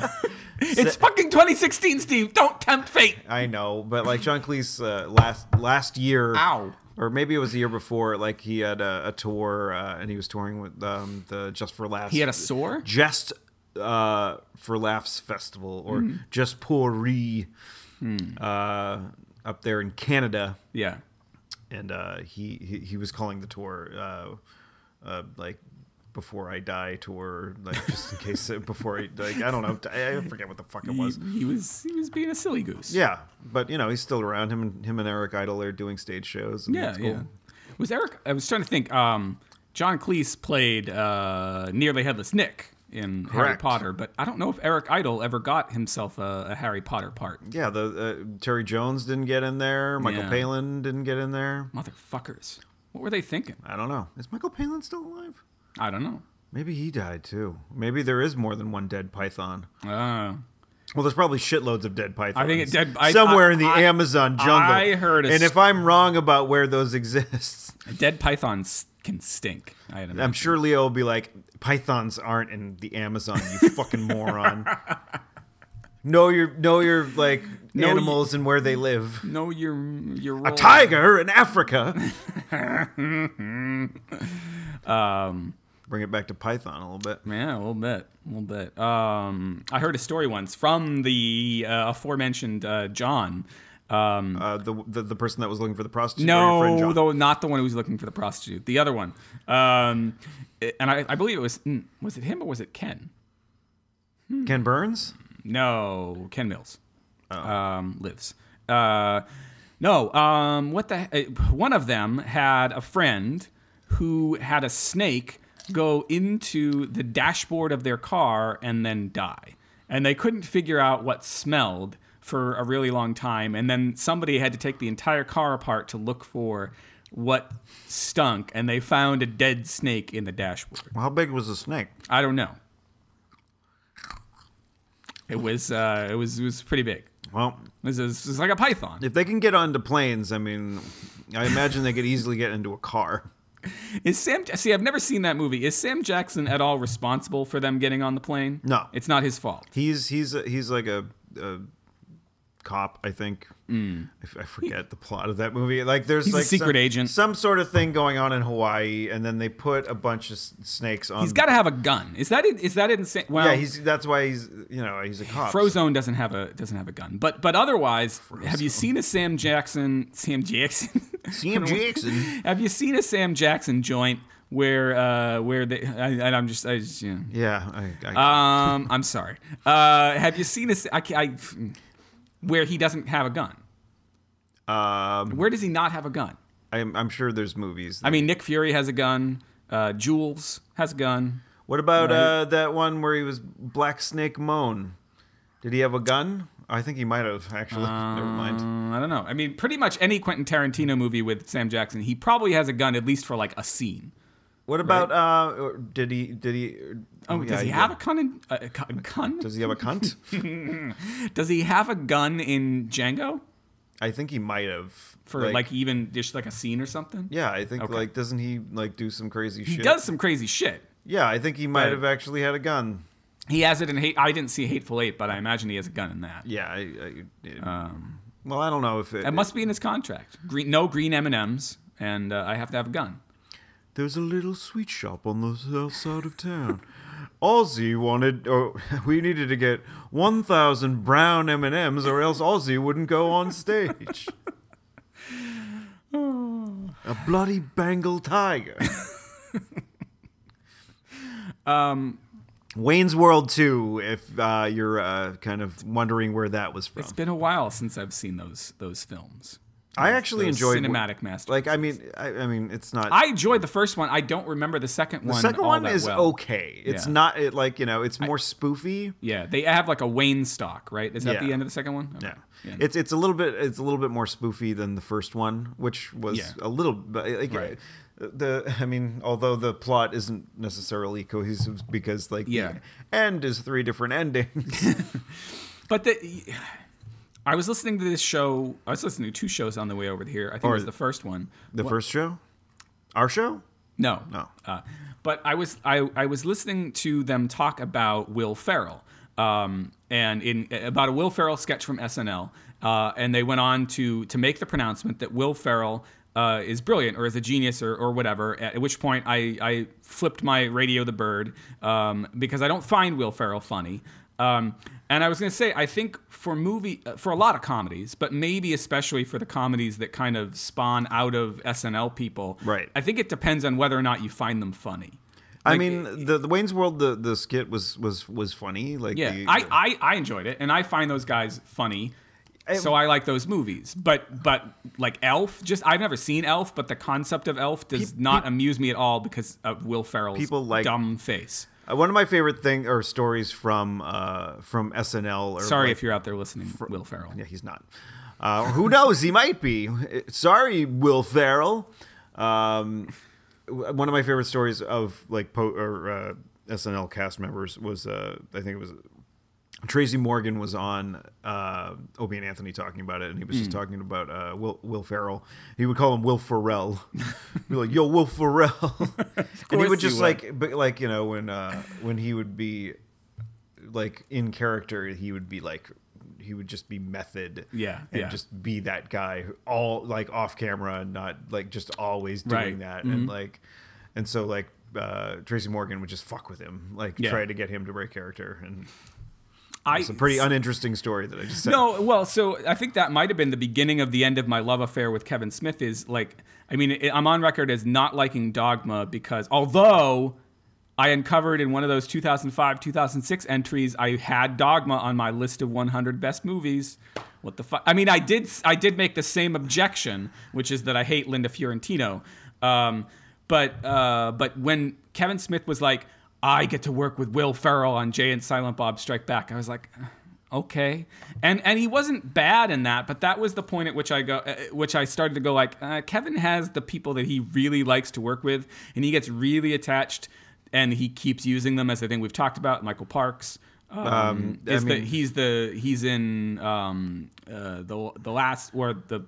A: it's fucking 2016 steve don't tempt fate
B: I know, but like John Cleese uh, last last year,
A: Ow.
B: or maybe it was the year before. Like he had a, a tour uh, and he was touring with um, the Just for Laughs.
A: he had a sore
B: just uh, for laughs festival or
A: Hmm.
B: just pourri uh, up there in Canada,
A: yeah
B: and uh, he, he he was calling the tour uh, uh, like before I die tour, like just in case *laughs* before I like I don't know I I forget what the fuck it
A: he,
B: was.
A: he was he was being a silly goose
B: Yeah, but you know he's still around. Him and him and Eric Idle are doing stage shows. And
A: Yeah,
B: it's cool.
A: yeah. Was Eric? I was trying to think. Um, John Cleese played uh, nearly headless Nick in Harry
B: Correct.
A: Potter, but I don't know if Eric Idle ever got himself a, a Harry Potter part.
B: Yeah, the uh, Terry Jones didn't get in there. Michael
A: Yeah.
B: Palin didn't get in there.
A: Motherfuckers, what were they thinking?
B: I don't know. Is Michael Palin still alive?
A: I don't know.
B: Maybe he died too. Maybe there is more than one dead python.
A: Uh,
B: Well, there's probably shitloads of dead pythons.
A: think it dead- I-
B: somewhere
A: I-
B: in the
A: I-
B: Amazon jungle.
A: I heard a
B: and
A: s-
B: if I'm wrong about where those exist, *laughs*
A: dead pythons can stink. I don't know.
B: I'm sure Leo will be like, "Pythons aren't in the Amazon,
A: *laughs*
B: you fucking moron." Know your know your like
A: Know
B: animals and where they live.
A: no, you're you're
B: A tiger in Africa.
A: *laughs* Um,
B: Bring it back to Python a little bit.
A: yeah, a little bit, a little bit. Um, I heard a story once from the uh, aforementioned uh, John. Um,
B: Uh, the, the the person that was looking for the prostitute. or your friend
A: No,
B: John.
A: though not the one who was looking for the prostitute. The other one, um, it- and I, I believe it was mm, was it him or was it Ken?
B: Ken Burns.
A: No, Ken Mills um, lives. Uh, no, um, what the? eh, One of them had a friend who had a snake go into the dashboard of their car and then die, and they couldn't figure out what smelled for a really long time, and then somebody had to take the entire car apart to look for what stunk, and they found a dead snake in the dashboard.
B: How big was the snake?
A: I don't know. It was uh, it was it was pretty big.
B: Well,
A: It was, it was- it was like a python.
B: If they can get onto planes, I mean, I imagine they could easily get into a car.
A: Is Sam? See, I've never seen that movie. Is Sam Jackson at all responsible for them getting on the plane?
B: No.
A: it's not his fault.
B: He's he's a, he's like a, a cop, I think. I f- I forget the plot of that movie. Like there's
A: Hmm. He's a
B: like
A: secret
B: some,
A: agent.
B: some sort of thing going on in Hawaii, and then they put a bunch of s- snakes on.
A: He's got to have a gun. Is that in, is that in? Sa- Well,
B: yeah, he's that's why he's you know he's a cop.
A: Frozone doesn't have a doesn't have a gun. But but otherwise, have you seen a Sam Jackson? Sam Jackson. *laughs*
B: Sam Jackson.
A: have you seen a Sam Jackson joint where uh where they? I, and I'm just I just you know.
B: Yeah, I, I,
A: Um, I'm sorry. Uh, have you seen this? I, ca- I, where he doesn't have a gun.
B: um,
A: Uh, Where does he not have a gun?
B: I'm, I'm sure there's movies.
A: I mean, Nick Fury has a gun. Uh, Jules has a gun.
B: what about uh, that one where he was Black Snake Moan? Did he have a gun? I think he might have actually. *laughs* Never mind.
A: Mm, I don't know. I mean, pretty much any Quentin Tarantino movie with Sam Jackson, he probably has a gun at least for like a scene.
B: What about uh? or Did he? Did he?
A: Oh, does
B: yeah,
A: he have a gun? In, a, a cu- gun?
B: Does he have a cunt?
A: Does he have a gun in Django
B: *laughs* I think he might have.
A: *laughs* for like, even just like a scene or something?
B: yeah, I think like doesn't he like do some crazy
A: he
B: shit?
A: does some crazy shit.
B: Yeah, I think he might
A: Right.
B: have actually had a gun.
A: He has it in hate. I didn't see Hateful Eight, but I imagine he has a gun in that.
B: Yeah, I, I, it-
A: Um,
B: well, I don't know if it,
A: That must be in his contract. Green, no green M and M's, uh, and I have to have a gun.
B: There's a little sweet shop on the south side of town. Ozzy wanted, or *laughs* we needed to get 1,000 brown M&Ms, or else Ozzy wouldn't go on stage. a bloody Bengal tiger. um, Wayne's World 2, if uh, you're uh, kind of wondering where that was from.
A: It's been a while since I've seen those those films.
B: I actually
A: those
B: enjoyed
A: cinematic masterpieces.
B: Like, I mean, I, I mean, it's not.
A: I enjoyed the first one. I don't remember the second one.
B: The second
A: all
B: one
A: that
B: is
A: well.
B: okay. It's
A: Yeah.
B: not it, like you know. It's more spoofy.
A: Yeah, they have like a Wayne stock, right? Is that
B: Yeah.
A: the end of the second one? Okay.
B: Yeah. It's it's a little bit it's a little bit more spoofy than the first one, which was
A: Yeah.
B: a little bit like,
A: Right.
B: the I mean, although the plot isn't necessarily cohesive because like the
A: Yeah.
B: end is three different endings. *laughs*
A: But the, *sighs* I was listening to this show. I was listening to two shows on the way over here. I think it was the first one.
B: the Oh. first show, our show,
A: No,
B: No.
A: Uh, but I was I, I was listening to them talk about Will Ferrell, um, and in about a Will Ferrell sketch from SNL, uh, and they went on to to make the pronouncement that Will Ferrell. Uh, is brilliant or is a genius or, or whatever. At which point I, I flipped my radio the bird um, because I don't find Will Ferrell funny. Um, and I was going to say, I think for movie, uh, for a lot of comedies, but maybe especially for the comedies that kind of spawn out of SNL people.
B: Right.
A: I think it depends on whether or not you find them funny.
B: I mean, the, the Wayne's World the, the skit was was was funny. Like
A: Yeah,
B: the-
A: I, I I enjoyed it, and I find those guys funny. so I like those movies, but but like Elf, just I've never seen Elf, but the concept of Elf does not amuse me at all because of Will Ferrell's
B: People like-
A: dumb face.
B: Uh, one of my favorite thing or stories from uh from SNL. Or
A: Sorry
B: like,
A: if you're out there listening, Will Ferrell.
B: Yeah, he's not. Uh, who knows? He might be. Sorry, Will Ferrell. Um, w- one of my favorite stories of like po- or uh, SNL cast members was uh, I think it was Tracy Morgan was on uh, Opie and Anthony talking about it, and he was
A: Hmm.
B: just talking about uh, Will Will Ferrell. He would call him Will Ferrell. Be like, "Yo,
A: *laughs*
B: Will Ferrell," and he
A: course
B: would
A: he
B: just
A: would.
B: like, but like you know when uh, when he would be like in character, he would be like he would just be method,
A: Yeah,
B: and
A: yeah.
B: just be that guy who- all like off camera, and not like just always
A: Right. Mm-hmm.
B: doing that, and like and so like. Uh, Tracy Morgan would just fuck with him, like
A: Yeah.
B: try to get him to break character, and
A: I
B: it's a pretty uninteresting story that I just said.
A: No, well, so I think that might have been the beginning of the end of my love affair with Kevin Smith. Is like, I mean, it, I'm on record as not liking Dogma because although I uncovered in one of those 2005 2006 entries, I had Dogma on my list of 100 best movies. What the fuck? I mean, I did I did make the same objection, which is that I hate Linda Fiorentino. Um, but uh, but when Kevin Smith was like, I get to work with Will Ferrell on Jay and Silent Bob Strike Back, I was like, okay and and he wasn't bad in that but that was the point at which i go uh, which i started to go like uh, kevin has the people that he really likes to work with and he gets really attached and he keeps using them as i think we've talked about michael parks um,
B: I
A: is the,
B: mean-
A: he's the he's in um, uh, the the last or the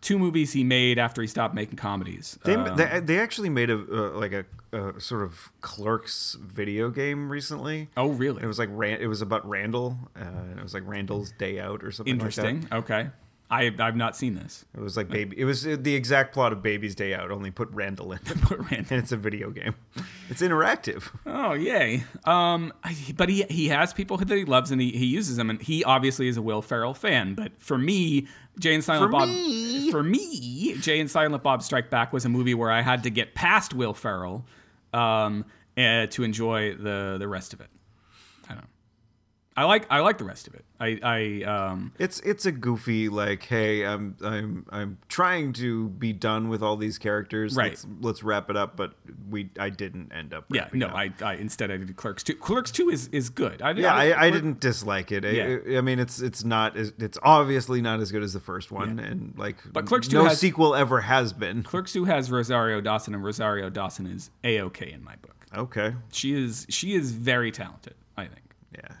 A: two movies he made after he stopped making comedies
B: They,
A: Uh,
B: they, they actually made a uh, like a, a sort of Clerks video game recently.
A: oh really
B: It was like Ran- it was about Randall. Uh, and it was like Randall's Day Out or something. Like
A: interesting okay I, I've not seen this. *laughs*
B: that. It was like baby. It was uh, the exact plot of Baby's Day Out, only put Randall in. it. *laughs*
A: But Rand-
B: and it's a video game. It's interactive.
A: Oh yay! Um, I- but he he has people that he loves and he, he uses them, and he obviously is a Will Ferrell fan. But for me, Jay and Silent
B: For
A: Bob,
B: me.
A: for me, Jay and Silent Bob Strike Back was a movie where I had to get past Will eh, Ferrell um, uh, to enjoy the the rest of it. I don't. know. I like I like the rest of it. I I um
B: It's it's a goofy like, hey, I'm I'm I'm trying to be done with all these characters.
A: Right.
B: Let's, let's wrap it up, but we I didn't end up.
A: yeah
B: wrapping
A: no
B: up.
A: I, I instead I did Clerks two. Clerks two is is good. I,
B: yeah, I, I
A: Clerks-
B: didn't dislike it. I-
A: Yeah.
B: I, I mean, it's it's not as- it's obviously not as good as the first one, and like,
A: But Clerks 2
B: no
A: has-
B: sequel ever has been.
A: Clerks two has Rosario Dawson and Rosario Dawson is a okay in my book.
B: Okay,
A: She is she is very talented. I think.
B: yeah,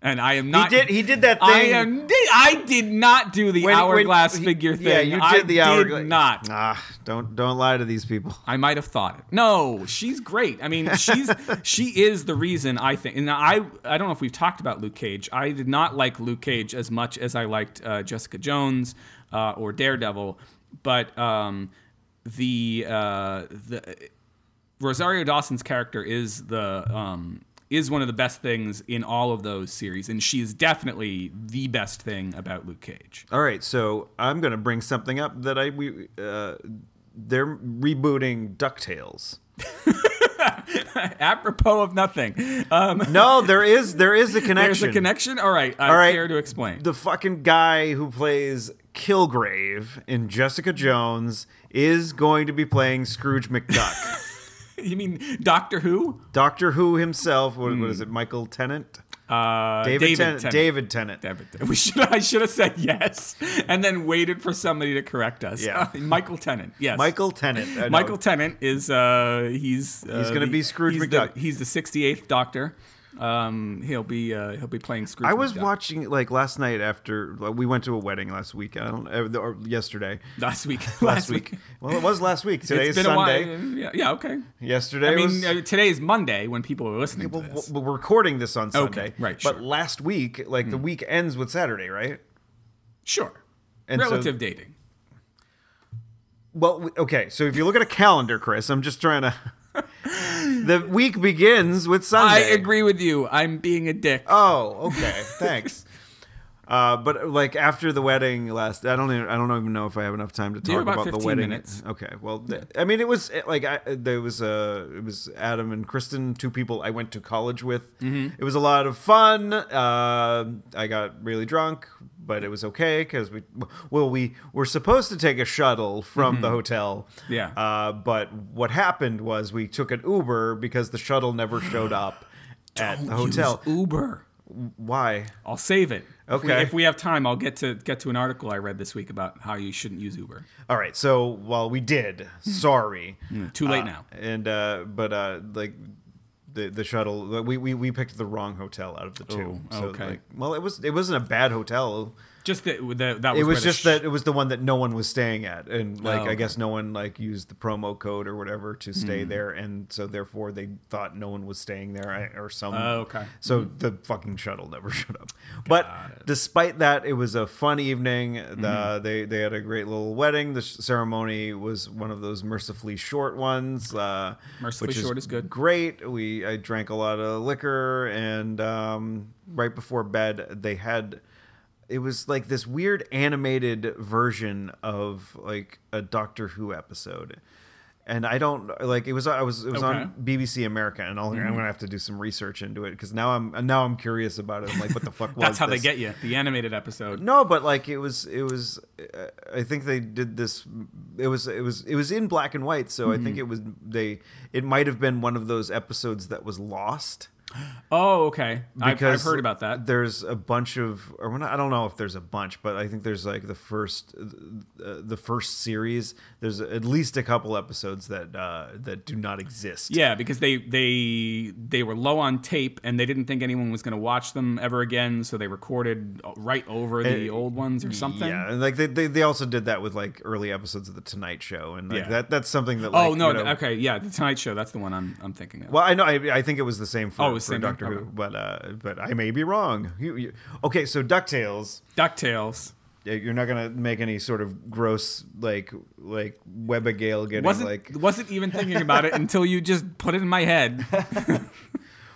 A: And I am
B: he
A: not.
B: did he did that thing.
A: I am. di- I did not do the
B: when- when
A: hourglass
B: he-
A: figure thing.
B: Yeah, you did
A: I
B: the hourglass.
A: Did not.
B: Ah, don't don't lie to these people.
A: I might have thought it. No, she's great. I mean,
B: *laughs*
A: she's she is the reason I think. And I I don't know if we've talked about Luke Cage. I did not like Luke Cage as much as I liked uh, Jessica Jones uh, or Daredevil, but um, the uh, the Rosario Dawson's character is the um, is one of the best things in all of those series, and she is definitely the best thing about Luke Cage.
B: All right, so I'm gonna bring something up that I we uh, they're rebooting Ducktales.
A: Apropos of nothing, um,
B: No, there is there is a
A: *laughs*
B: connection.
A: there's a connection. All right, I
B: All right.
A: care to explain.
B: The fucking guy who plays Kilgrave in Jessica Jones is going to be playing
A: *laughs*
B: Scrooge McDuck.
A: You mean Doctor Who?
B: Doctor Who himself. What, what is it? Michael Tennant.
A: Hmm. Uh,
B: David, Tennant,
A: Tennant.
B: David Tennant.
A: David- We should. I should have said yes, and then waited for somebody to correct us.
B: Yeah.
A: *laughs* Michael Tennant. Yes,
B: Michael Tennant. I know.
A: Michael Tennant is. Uh, he's. Uh,
B: He's gonna
A: the-
B: be Scrooge
A: he's
B: McDuck.
A: The, he's the 68th Doctor. Um, he'll be. Uh, he'll be playing Scrooge.
B: I was
A: McDuck.
B: watching like last night after like, we went to a wedding last week. I don't uh, or yesterday.
A: last week. *laughs* Last,
B: *laughs* Last week. Well, it was
A: *laughs*
B: last week. Today
A: It's
B: is
A: been
B: Sunday.
A: a while. Yeah. Yeah. Okay.
B: Yesterday
A: I mean,
B: was.
A: uh, today is Monday when people are listening
B: well,
A: to this.
B: we're recording this on Sunday,
A: right,
B: But
A: sure. Hmm.
B: last week, like the week ends with Saturday, right?
A: sure.
B: And so-
A: Relative dating.
B: Well, w- okay. So if you look at a calendar, Chris, I'm
A: *laughs*
B: just trying to. *laughs* the week begins with
A: I
B: Sunday.
A: agree with you. I'm being a dick.
B: Oh, okay. Thanks. *laughs* Uh, but like after the wedding last, I don't, even, I don't even know if I have enough time to
A: have
B: talk
A: about
B: about, the
A: 15
B: wedding.
A: minutes.
B: Okay. Well, th- I mean, it was it, like I, there was uh, it was Adam and Kristen, two people I went to college with.
A: Mm-hmm.
B: It was a lot of fun. Uh, I got really drunk, but it was okay because we, well, we were supposed to take a shuttle from the hotel.
A: Mm-hmm. Yeah.
B: Uh, but what happened was we took an Uber because the shuttle never
A: *gasps*
B: showed up at the hotel.
A: Use Uber.
B: Why?
A: I'll save it. If we-
B: Okay.
A: if we have time, I'll get to get to an article I read this week about how you shouldn't use Uber.
B: All right, so well, we did.
A: Hmm.
B: Sorry,
A: Too late now.
B: and uh, but uh, like the the shuttle, we, we we picked the wrong hotel out of the two.
A: Oh, okay.
B: like, well, it was it wasn't a bad hotel.
A: Just that the, that was
B: It was
A: where the
B: just
A: sh-
B: that it was the one that no one was staying at, and
A: Oh,
B: like I
A: okay.
B: guess no one like used the promo code or whatever to stay
A: Hmm.
B: there, and so therefore they thought no one was staying there I- or some.
A: Oh, okay.
B: So the fucking shuttle never *laughs* showed up. but despite that, it was a fun evening. The,
A: Hmm.
B: They they had a great little wedding. The sh- ceremony was one of those mercifully short ones. Uh,
A: Mercifully
B: which
A: short is good.
B: Great. We I drank a lot of liquor, and um, right before bed they had. It was like this weird animated version of like a Doctor Who episode. And I don't like it was I was it was
A: Okay. Mm-hmm.
B: on BBC America, and I'll, I'm gonna have to do some research into it because now I'm now I'm curious about it. I'm like, what the fuck
A: *laughs*
B: was
A: that's how
B: this?
A: they get you. The animated episode.
B: No, but like it was it was uh, I think they did this. It was it was it was in black and white, so I
A: Mm-hmm.
B: think it was they. It might have been one of those episodes that was lost.
A: Oh, okay. I've, I've
B: because
A: heard about that.
B: There's a bunch of, or when, I don't know if there's a bunch, but I think there's like the first, uh, the first series. There's at least a couple episodes that uh, that do not exist.
A: Yeah, because they they they were low on tape and they didn't think anyone was going to watch them ever again, so they recorded right over the
B: Uh,
A: old ones or something.
B: Yeah, and like they, they, they also did that with like early episodes of the Tonight Show, and like
A: Yeah.
B: that that's something that. Like,
A: Oh no.
B: you know-
A: okay. Yeah, the Tonight Show. That's the one I'm I'm thinking of.
B: Well, I know. I, I think it was the same for,
A: Oh, it was
B: for
A: same thing?
B: Doctor Who,
A: Okay.
B: but uh, but I may be wrong. You, you, okay, so Ducktales.
A: Ducktales.
B: yeah, You're not gonna make any sort of gross like like Webigail getting
A: Wasn't
B: like
A: wasn't even thinking about
B: *laughs*
A: it until you just put it in my head.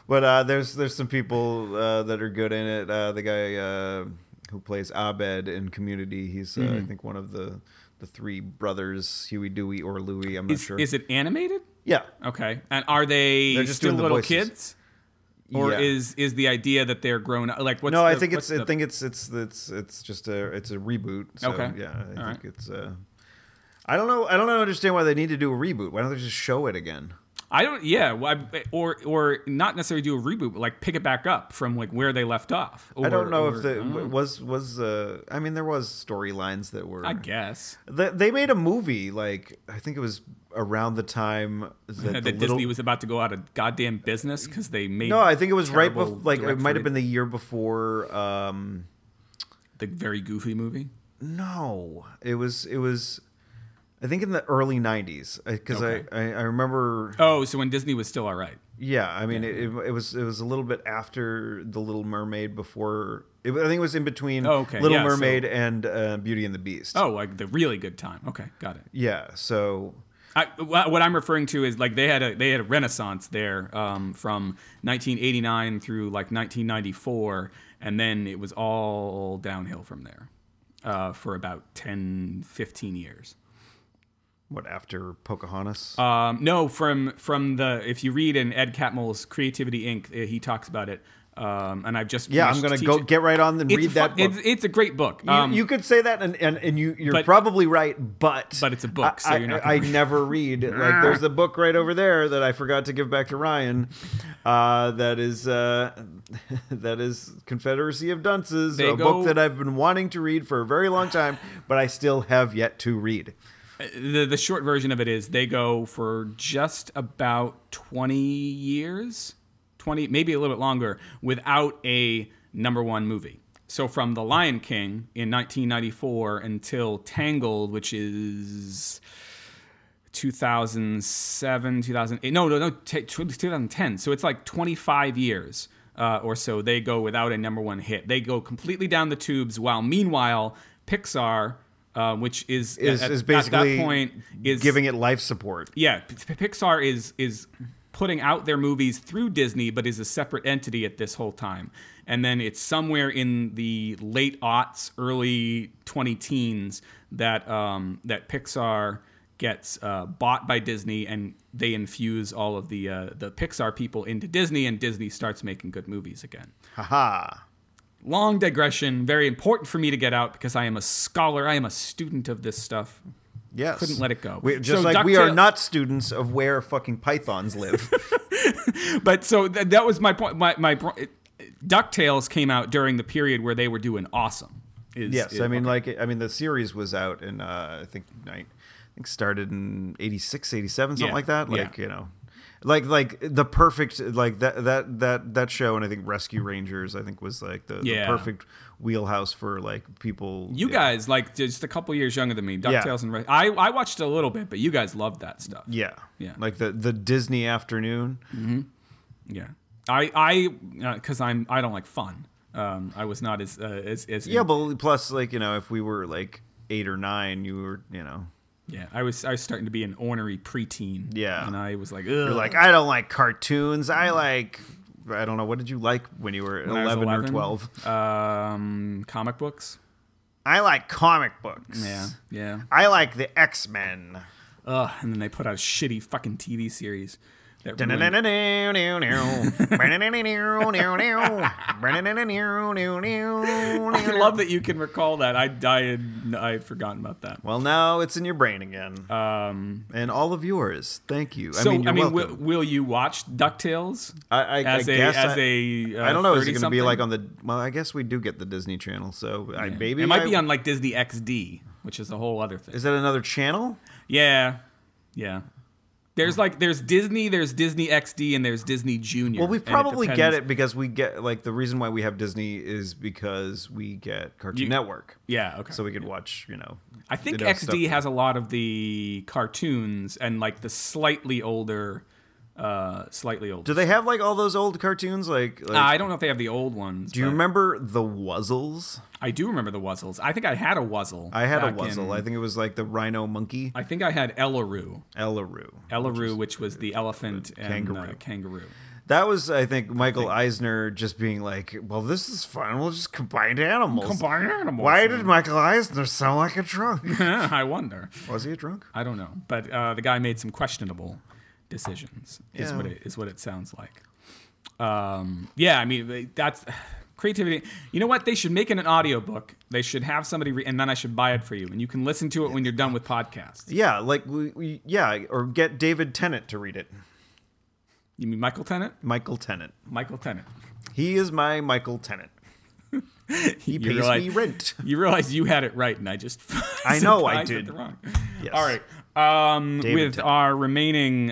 B: But uh, there's there's some people uh, that are good in it. Uh, the guy uh, who plays Abed in Community, he's uh,
A: Mm-hmm.
B: I think one of the the three brothers, Huey, Dewey, or Louie. I'm not
A: Is,
B: sure.
A: is it animated?
B: yeah,
A: Okay. And are they
B: They're just
A: still
B: doing the
A: little
B: voices.
A: kids? or
B: Yeah.
A: is is the idea that they're grown up? Like what's
B: no, I
A: the-
B: think
A: what's
B: it's I
A: the-
B: think it's it's it's it's just a it's a reboot. So,
A: Okay.
B: Yeah, I think
A: All right.
B: it's. Uh, I don't know. I don't understand why they need to do a reboot. Why don't they just show it again?
A: I don't. Yeah, why- or or not necessarily do a reboot, but like pick it back up from like where they left off.
B: I don't
A: or-
B: know
A: or- mm,
B: if the was was. Uh, I mean, there was storylines that were.
A: I guess
B: They, they made a movie like I think it was around
A: *laughs*
B: the time that, the
A: that
B: little-
A: Disney was about to go out of goddamn business because they made
B: No, I think it was right
A: terrible
B: before. Like it might have
A: direct-to-vid-
B: been the year before. Um,
A: the very goofy movie.
B: No, it was it was. I think in the early '90s, because
A: Okay.
B: I, I I remember.
A: Oh, so when Disney was still all right.
B: Yeah, I mean It, it, it was it was a little bit after the Little Mermaid. Before it, was- I think it was in between
A: Oh, okay,
B: Little
A: yeah, so-
B: Mermaid and uh, Beauty and the Beast.
A: Oh, like the really good time. Okay, got it.
B: yeah. So
A: I, wha- what I'm referring to is like they had a they had a renaissance there um, from 1989 through like 1994, and then it was all downhill from there uh, for about 10, 15 years.
B: what after Pocahontas?
A: Um, no, from from the if you read in Ed Catmull's Creativity Inc., uh, he talks about it, um, and I've just
B: yeah, I'm
A: finished
B: gonna
A: teaching-
B: go get right on and
A: It's
B: read
A: fu-
B: that book.
A: It's, it's a great book.
B: You-
A: Um,
B: you, could say that, and, and, and you you're
A: but-
B: probably right, but
A: But it's a book, so
B: I,
A: you're not
B: I, I
A: gonna- *laughs*
B: never read. Like there's a book right over there that I forgot to give back to Ryan. Uh, that is uh, *laughs* that is Confederacy of Dunces,
A: They
B: a
A: go-
B: book that I've been wanting to read for a very long time, but I still have yet to read.
A: the the short version of it is they go for just about 20 years 20 maybe a little bit longer without a number one movie so from the lion king in 1994 until tangled which is 2007 2008 eh, no no no t- 2010 so it's like 25 years uh, or so they go without a number one hit they go completely down the tubes while meanwhile pixar uh, which is
B: Is
A: at,
B: is
A: at
B: basically
A: that point is
B: giving it life support.
A: yeah P- P- pixar is is putting out their movies through disney but is a separate entity at this whole time and then it's somewhere in the late aughts early 20 teens that um, that pixar gets uh, bought by disney and they infuse all of the uh, the pixar people into disney and disney starts making good movies again
B: Haha.
A: long digression very important for me to get out because i am a scholar i am a student of this stuff
B: Yes.
A: Couldn't let it go.
B: We,
A: So
B: just like we are
A: DuckTale-
B: not students of where fucking pythons live.
A: but so th- that was my point. My my pro- it- Ducktales came out during the period where they were doing awesome. Is-
B: Yes,
A: is-
B: I mean like I mean the series was out in uh, I think I think started in 86, 87, something
A: Yeah,
B: like that.
A: yeah.
B: Like you know, like like the perfect like that that that that show and I think Rescue Rangers I think was like the,
A: Yeah.
B: the perfect wheelhouse for like people.
A: you
B: yeah.
A: guys like just a couple years younger than me. Ducktales and Re- I I watched a little bit, but you guys loved that stuff.
B: Yeah.
A: Yeah. Mm.
B: Like the the Disney afternoon.
A: yeah. I I because I'm I don't like fun. Um, I was not as uh, as as
B: Yeah, but plus like you know if we were like eight or nine, you were you know
A: yeah. I was I was starting to be an ornery preteen.
B: Yeah.
A: and I was like,
B: you're
A: Ugh.
B: like I don't like cartoons. I like. I don't know. What did you like when you were
A: When I was
B: 11 or 12?
A: Um, comic books.
B: I like comic books.
A: Yeah, yeah.
B: I like the X
A: *laughs*
B: Men.
A: Ugh, and then they put out a shitty fucking TV series. That ruined- I
B: I
A: *laughs* love that you can recall that. I I had, I had forgotten about that.
B: Well, now it's in your brain again. Um, and all of yours. Thank you.
A: So
B: I mean, you're
A: will,
B: welcome.
A: will you watch Ducktales
B: I, I,
A: as
B: I
A: a
B: guess
A: as
B: I,
A: a uh,
B: I don't know. Is it going to
A: 30-something?
B: be like on the? Well, I guess we do get the Disney Channel, so I, maybe
A: It might
B: I-
A: be on like Disney XD, which is a whole other thing.
B: Is that another channel?
A: yeah, yeah. There's like there's Disney, there's Disney XD, and there's Disney Junior.
B: Well, we
A: and
B: probably get
A: depends-
B: it because we get like the reason why we have Disney is because we get Cartoon
A: You-
B: Network.
A: Yeah. Okay.
B: so we could watch you know
A: I think
B: you know,
A: XD
B: stuff.
A: has a lot of the cartoons and like the slightly older, uh, slightly older.
B: do they have like all those old cartoons like, like
A: I don't know if they have the old ones.
B: do you
A: but-
B: remember the wuzzles
A: I do remember the Wuzzles. I think I had a Wuzzle.
B: i had a
A: back in-
B: wuzzle i think it was like the rhino monkey
A: I think I had Ellaroo.
B: ellaroo
A: Ellaroo, which was the elephant and uh,
B: kangaroo.
A: kangaroo.
B: that was i think michael eisner just being like well this is fun we'll just combine animals
A: Combined animals.
B: why *laughs* did michael eisner sound like a
A: *laughs*
B: drunk *laughs*
A: I wonder.
B: was he a drunk
A: I don't know. But uh, the guy made some questionable decisions. Is
B: Yeah.
A: what it, is what it sounds like. um, yeah, I mean they- that's *sighs* creativity. You know what? They should make it an audiobook. They should have somebody, re- and then I should buy it for you, and you can listen to it when you're done with podcasts.
B: Yeah, like we, we yeah, or get David Tennant to read it.
A: You mean Michael Tennant?
B: Michael Tennant.
A: Michael Tennant.
B: He is my Michael Tennant. He
A: You're
B: pays
A: like-
B: me rent.
A: You realize you had it right, and I just *laughs*
B: I know I
A: surprised
B: did.
A: it Wrong.
B: Yes.
A: All right. Um,
B: David
A: with
B: Tennant.
A: our remaining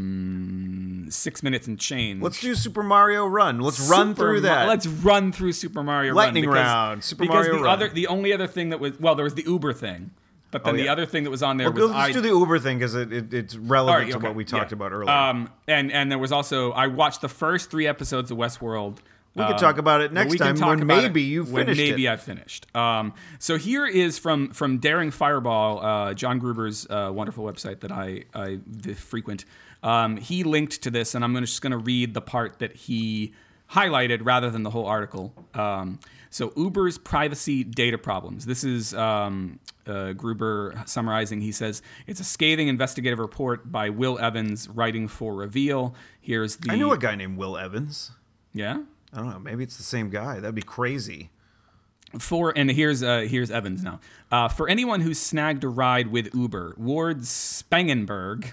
A: um, six minutes and change,
B: Let's do Super Mario Run. Let's run
A: Super
B: through
A: Ma-
B: that.
A: Let's run through Super Mario
B: Lightning
A: Run because,
B: round, Super
A: because
B: Mario
A: the
B: Run.
A: other, the only other thing that was well, there was the Uber thing, but then
B: Oh,
A: the
B: yeah.
A: other thing that was on there
B: Go-
A: was
B: let's
A: I.
B: do the Uber thing because it, it, it's
A: all
B: relevant
A: right,
B: to
A: okay,
B: what we talked
A: yeah.
B: about earlier.
A: Um, and and there was also I watched the first three episodes of Westworld. um,
B: we can talk about it next
A: we can
B: time
A: talk
B: when
A: about
B: maybe
A: it
B: you
A: when
B: finished
A: maybe
B: it.
A: I finished. Um, so here is from from Daring Fireball, uh, John Gruber's uh, wonderful website that I I v- frequent. Um, he linked to this, and I'm gonna, just going to read the part that he highlighted rather than the whole article. Um, so Uber's privacy data problems. This is um, uh, Gruber summarizing. He says it's a scathing investigative report by Will Evans, writing for Reveal. Here's the
B: I knew a guy named Will Evans.
A: yeah.
B: I don't know. Maybe it's the same guy. That'd be crazy.
A: For and here's uh, here's Evans now. Uh, for anyone who snagged a ride with Uber, Ward Spangenberg.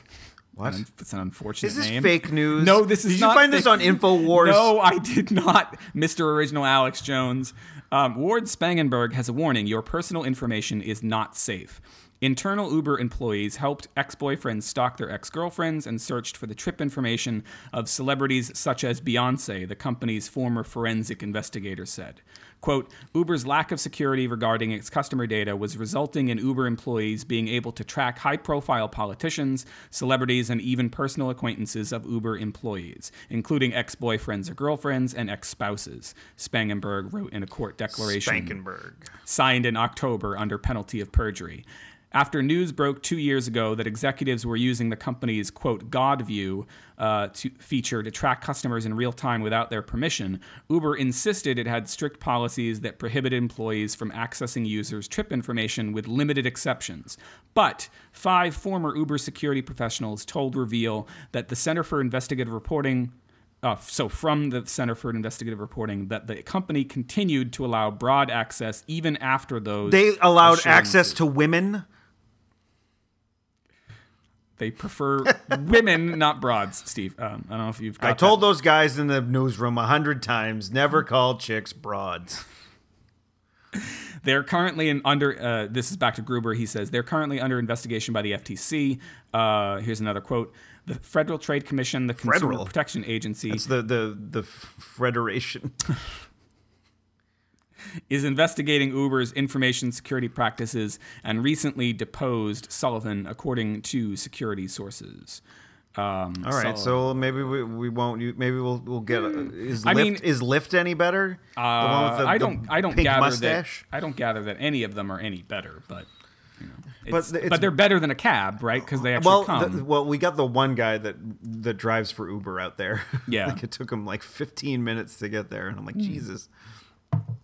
B: What?
A: An- It's an unfortunate
B: Is this
A: name.
B: fake news?
A: No, this is
B: Did
A: not
B: you find this
A: fake-
B: on InfoWars?
A: No, I did not, Mr. Original Alex Jones. Um, Ward Spangenberg has a warning your personal information is not safe. Internal Uber employees helped ex boyfriends stalk their ex girlfriends and searched for the trip information of celebrities such as Beyonce, the company's former forensic investigator said. Quote Uber's lack of security regarding its customer data was resulting in Uber employees being able to track high profile politicians, celebrities, and even personal acquaintances of Uber employees, including ex boyfriends or girlfriends and ex spouses, Spangenberg wrote in a court declaration
B: Spankenberg.
A: signed in October under penalty of perjury. After news broke two years ago that executives were using the company's quote God view uh, to feature to track customers in real time without their permission, Uber insisted it had strict policies that prohibited employees from accessing users' trip information with limited exceptions. But five former Uber security professionals told Reveal that the Center for Investigative Reporting uh, so from the Center for Investigative Reporting that the company continued to allow broad access even after those
B: They allowed
A: assurances.
B: access to women.
A: They prefer women, not broads. Steve, um, I don't know if you've. Got
B: I told those guys in the newsroom a hundred times never call chicks broads.
A: that. they're currently in under. Uh, this is back to Gruber. He says they're currently under investigation by the FTC. Uh, here's another quote: the Federal Trade Commission, the Consumer
B: Federal?
A: Protection Agency,
B: It's the the the f-
A: *laughs*
B: federation.
A: is investigating Uber's information security practices and recently deposed Sullivan, according to security sources. Um,
B: All right, so maybe we, we won't. u- Maybe we'll we'll get. a- Is
A: Hmm. I
B: Lyft
A: mean-
B: is Lyft any better? Uh,
A: Uh, I don't. I don't gather that. I don't gather that any of them are any better, but. you know, it's-
B: the-
A: but,
B: it's-
A: they're better than a cab, right? Because they actually
B: Well,
A: come.
B: the, well, we got the one guy that that drives for Uber out there. *laughs*
A: Yeah.
B: like it took him like 15 minutes to get there, and I'm like, Jesus.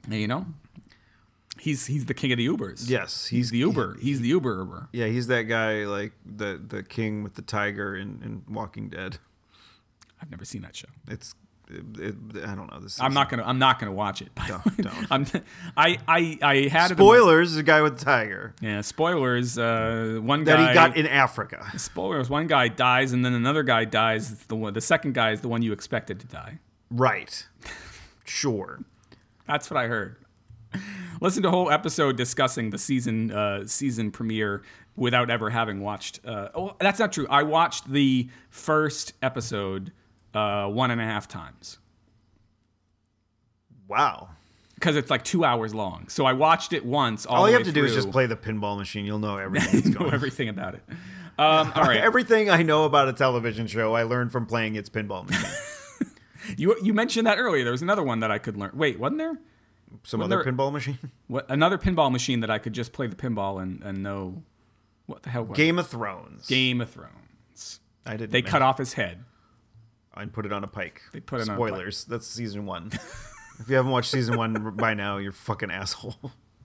A: you know, he's he's the king of the Ubers.
B: Yes,
A: he's the Uber. He's the Uber Uber.
B: Yeah, he's that guy like the the king with the tiger in, in Walking Dead.
A: I've never seen that show.
B: It's it, it, I don't know this.
A: I'm
B: is-
A: not gonna. I'm not gonna watch it.
B: Don't- don't.
A: I'm, I I I had it in my-
B: spoilers. The guy with the tiger
A: Yeah, spoilers. Uh, one
B: that
A: guy
B: he got in Africa.
A: *laughs* spoilers. One guy dies, and then another guy dies. It's the one. The second guy is the one you expected to die.
B: Right. Sure.
A: That's what I heard. *laughs* Listen to a whole episode discussing the season uh, season premiere without ever having watched. Uh, oh, that's not true. I watched the first episode uh, one and a half times
B: Wow.
A: because it's like two hours long. So I watched it once. All,
B: All
A: the
B: you have
A: way
B: to do is
A: through.
B: just play the pinball machine. You'll know everything. That's
A: *laughs* know
B: going. on.
A: everything about it.
B: *laughs*
A: Um, all right,
B: Everything I know about a television show, I learned from playing its pinball machine.
A: you you mentioned that earlier. There was another one that I could learn. Wait, wasn't there?
B: Some
A: Well,
B: other
A: there-
B: pinball machine. *laughs*
A: What another pinball machine that I could just play the pinball and, and know what the hell was it?
B: Game of Thrones.
A: Game of Thrones.
B: I didn't.
A: They cut
B: off
A: off his head.
B: and put it on a pike. They
A: put it on a pike.
B: spoilers. That's season
A: *laughs*
B: one. if you haven't watched season one by now, you're a fucking asshole.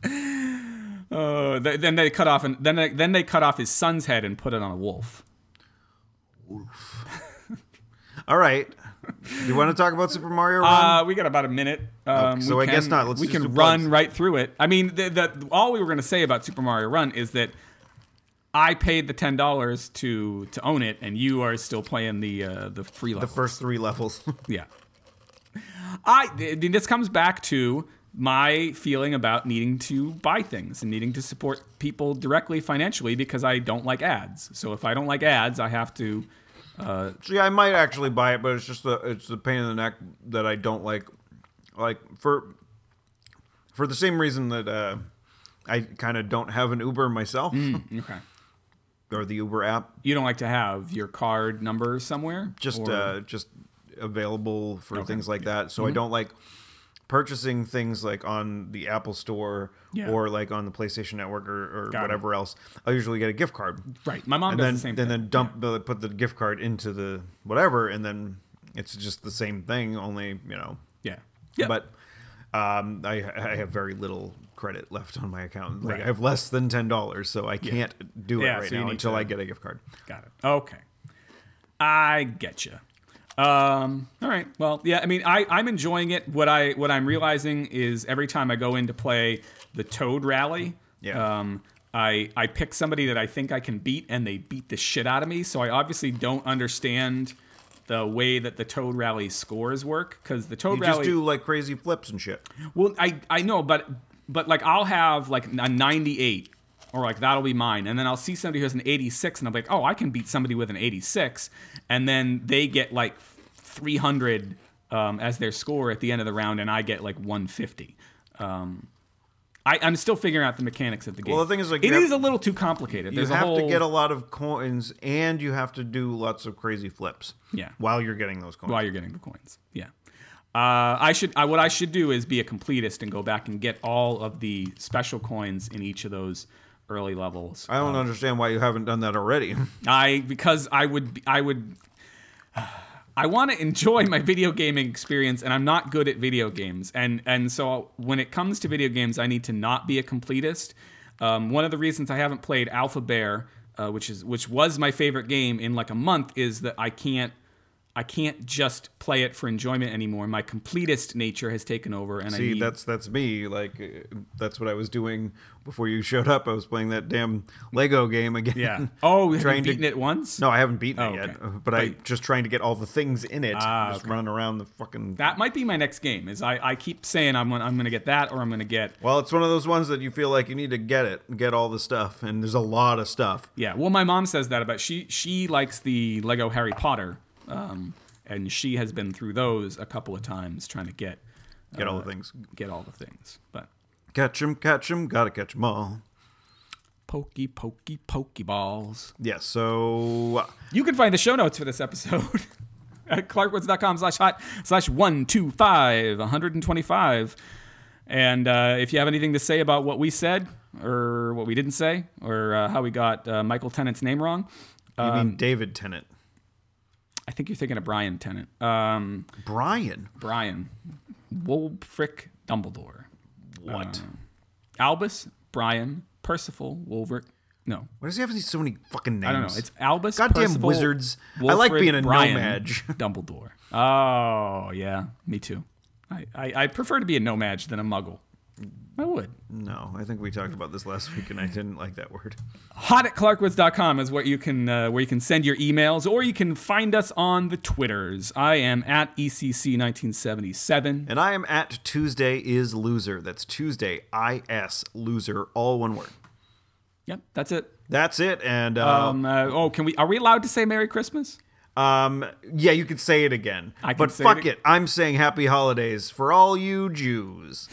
B: *laughs*
A: Uh, th- then they cut off and then they, then they cut off his son's head and put it on a wolf.
B: All right. you want to talk about Super Mario Run?
A: Uh, we got about a minute. Um,
B: Okay, so
A: we
B: I guess
A: can-
B: not. Let's
A: we
B: just
A: can
B: do
A: run
B: plugs.
A: right through it. I mean, the, the, all we were going to say about Super Mario Run is that I paid the ten dollars to to own it, and you are still playing the uh, the free level.
B: the first three levels. *laughs*
A: yeah. I I mean, this comes back to my feeling about needing to buy things and needing to support people directly financially because I don't like ads. So if I don't like ads, I have to.
B: See, I might actually buy it, but it's just the it's the pain in the neck that I don't like. Like for for the same reason that uh, I kind of don't have an Uber myself
A: Hmm. Okay.
B: *laughs* or the Uber app.
A: You don't like to have your card number somewhere.
B: just
A: Or-
B: uh, just available for things like that.
A: Mm-hmm.
B: So I don't like purchasing things like on the Apple Store
A: Yeah.
B: or like on the PlayStation Network or, or
A: it.
B: whatever else. I'll usually get a gift card
A: right. My mom
B: and
A: does
B: then
A: the same
B: then
A: thing.
B: then dump the put the gift card into the whatever, and then it's just the same thing. Only you know,
A: Yeah. Yeah.
B: but. Um, I, I have very little credit left on my account. Like
A: Right.
B: I have less than ten dollars, so I can't do
A: Yeah,
B: it right
A: so you
B: now
A: need
B: until
A: to-
B: I get a gift card.
A: got it. Okay. I get you. Um, all right. Well, yeah. I mean, I, I'm enjoying it. What I what I'm realizing is every time I go in to play the Toad Rally,
B: Yeah.
A: um, I I pick somebody that I think I can beat, and they beat the shit out of me. So I obviously don't understand the way that the Toad Rally scores work because the Toad
B: You
A: Rally
B: just do like crazy flips and shit.
A: Well, I I know, but but like I'll have like a 98 or like that'll be mine, and then I'll see somebody who has an 86, and I'm like, oh, I can beat somebody with an 86, and then they get like 300 um, as their score at the end of the round, and I get like 150. Um, I, I'm still figuring out the mechanics of the game.
B: Well, the thing is, like,
A: it
B: you have-
A: is a little too complicated. There's
B: you have
A: a whole
B: to get a lot of coins and you have to do lots of crazy flips.
A: Yeah.
B: While you're getting those coins.
A: while you're getting the coins. Yeah. Uh, I should. I, what I should do is be a completist and go back and get all of the special coins in each of those early levels.
B: I don't understand why you haven't done that already. *laughs*
A: I because I would be- I would *sighs* I want to enjoy my video gaming experience and I'm not good at video games and and so when it comes to video games I need to not be a completist. Um, one of the reasons I haven't played Alpha Bear, uh, which is which was my favorite game in like a month, is that I can't I can't just play it for enjoyment anymore. My completist nature has taken over and I
B: See,
A: need
B: that's that's me. Like uh, that's what I was doing before you showed up. I was playing that damn Lego game again. *laughs*
A: yeah. *laughs* Oh, have you
B: Trying to-
A: beaten it once?
B: No, I haven't beaten
A: Oh,
B: it yet,
A: okay.
B: uh, but I
A: But- Ah,
B: just trying to get all the things in it. just running around the fucking.
A: That might be my next game. Is I, I keep saying I'm gonna, I'm going to get that or I'm going to get
B: well, it's one of those ones that you feel like you need to get it, get all the stuff, and there's a lot of stuff.
A: Yeah. Well, my mom says that about she she likes the Lego Harry Potter, um, and she has been through those a couple of times trying to get
B: Get
A: Uh.
B: all the things.
A: get all the things. But
B: Catch 'em, catch 'em, gotta catch 'em all.
A: pokey pokey pokeballs.
B: Yes. so uh,
A: You can find the show notes for this episode *laughs* at clarkwoods.com slash hot slash 125 125. And uh, if you have anything to say about what we said or what we didn't say or uh, how we got uh, Michael Tennant's name wrong,
B: You mean David Tennant?
A: I think you're thinking of Brian Tennant. Um,
B: Brian?
A: Brian. Wolfric Dumbledore.
B: What?
A: Albus, Brian, Percival, Wolverick. No,
B: Why does he have these- so many fucking names?
A: I don't know. It's Albus.
B: Goddamn
A: Percival,
B: wizards. I like
A: Wolfric,
B: being a
A: Brian,
B: nomad. *laughs*
A: Dumbledore. Oh, yeah. Me too. I, I, I prefer to be a nomad than a muggle. I would.
B: no. I think we talked about this last week, and I didn't like that word.
A: hot at clarkwoods.com is what you can uh, where you can send your emails or you can find us on the twitters i am at E ecc1977
B: And I am at Tuesday is loser. That's Tuesday I S loser, all one word.
A: yep that's it
B: That's it. And uh,
A: um, uh, oh can we are we allowed to say merry christmas
B: um, yeah, you could say it again.
A: I can
B: but
A: say
B: fuck
A: it
B: it,
A: ag-
B: I'm saying happy holidays for all you Jews.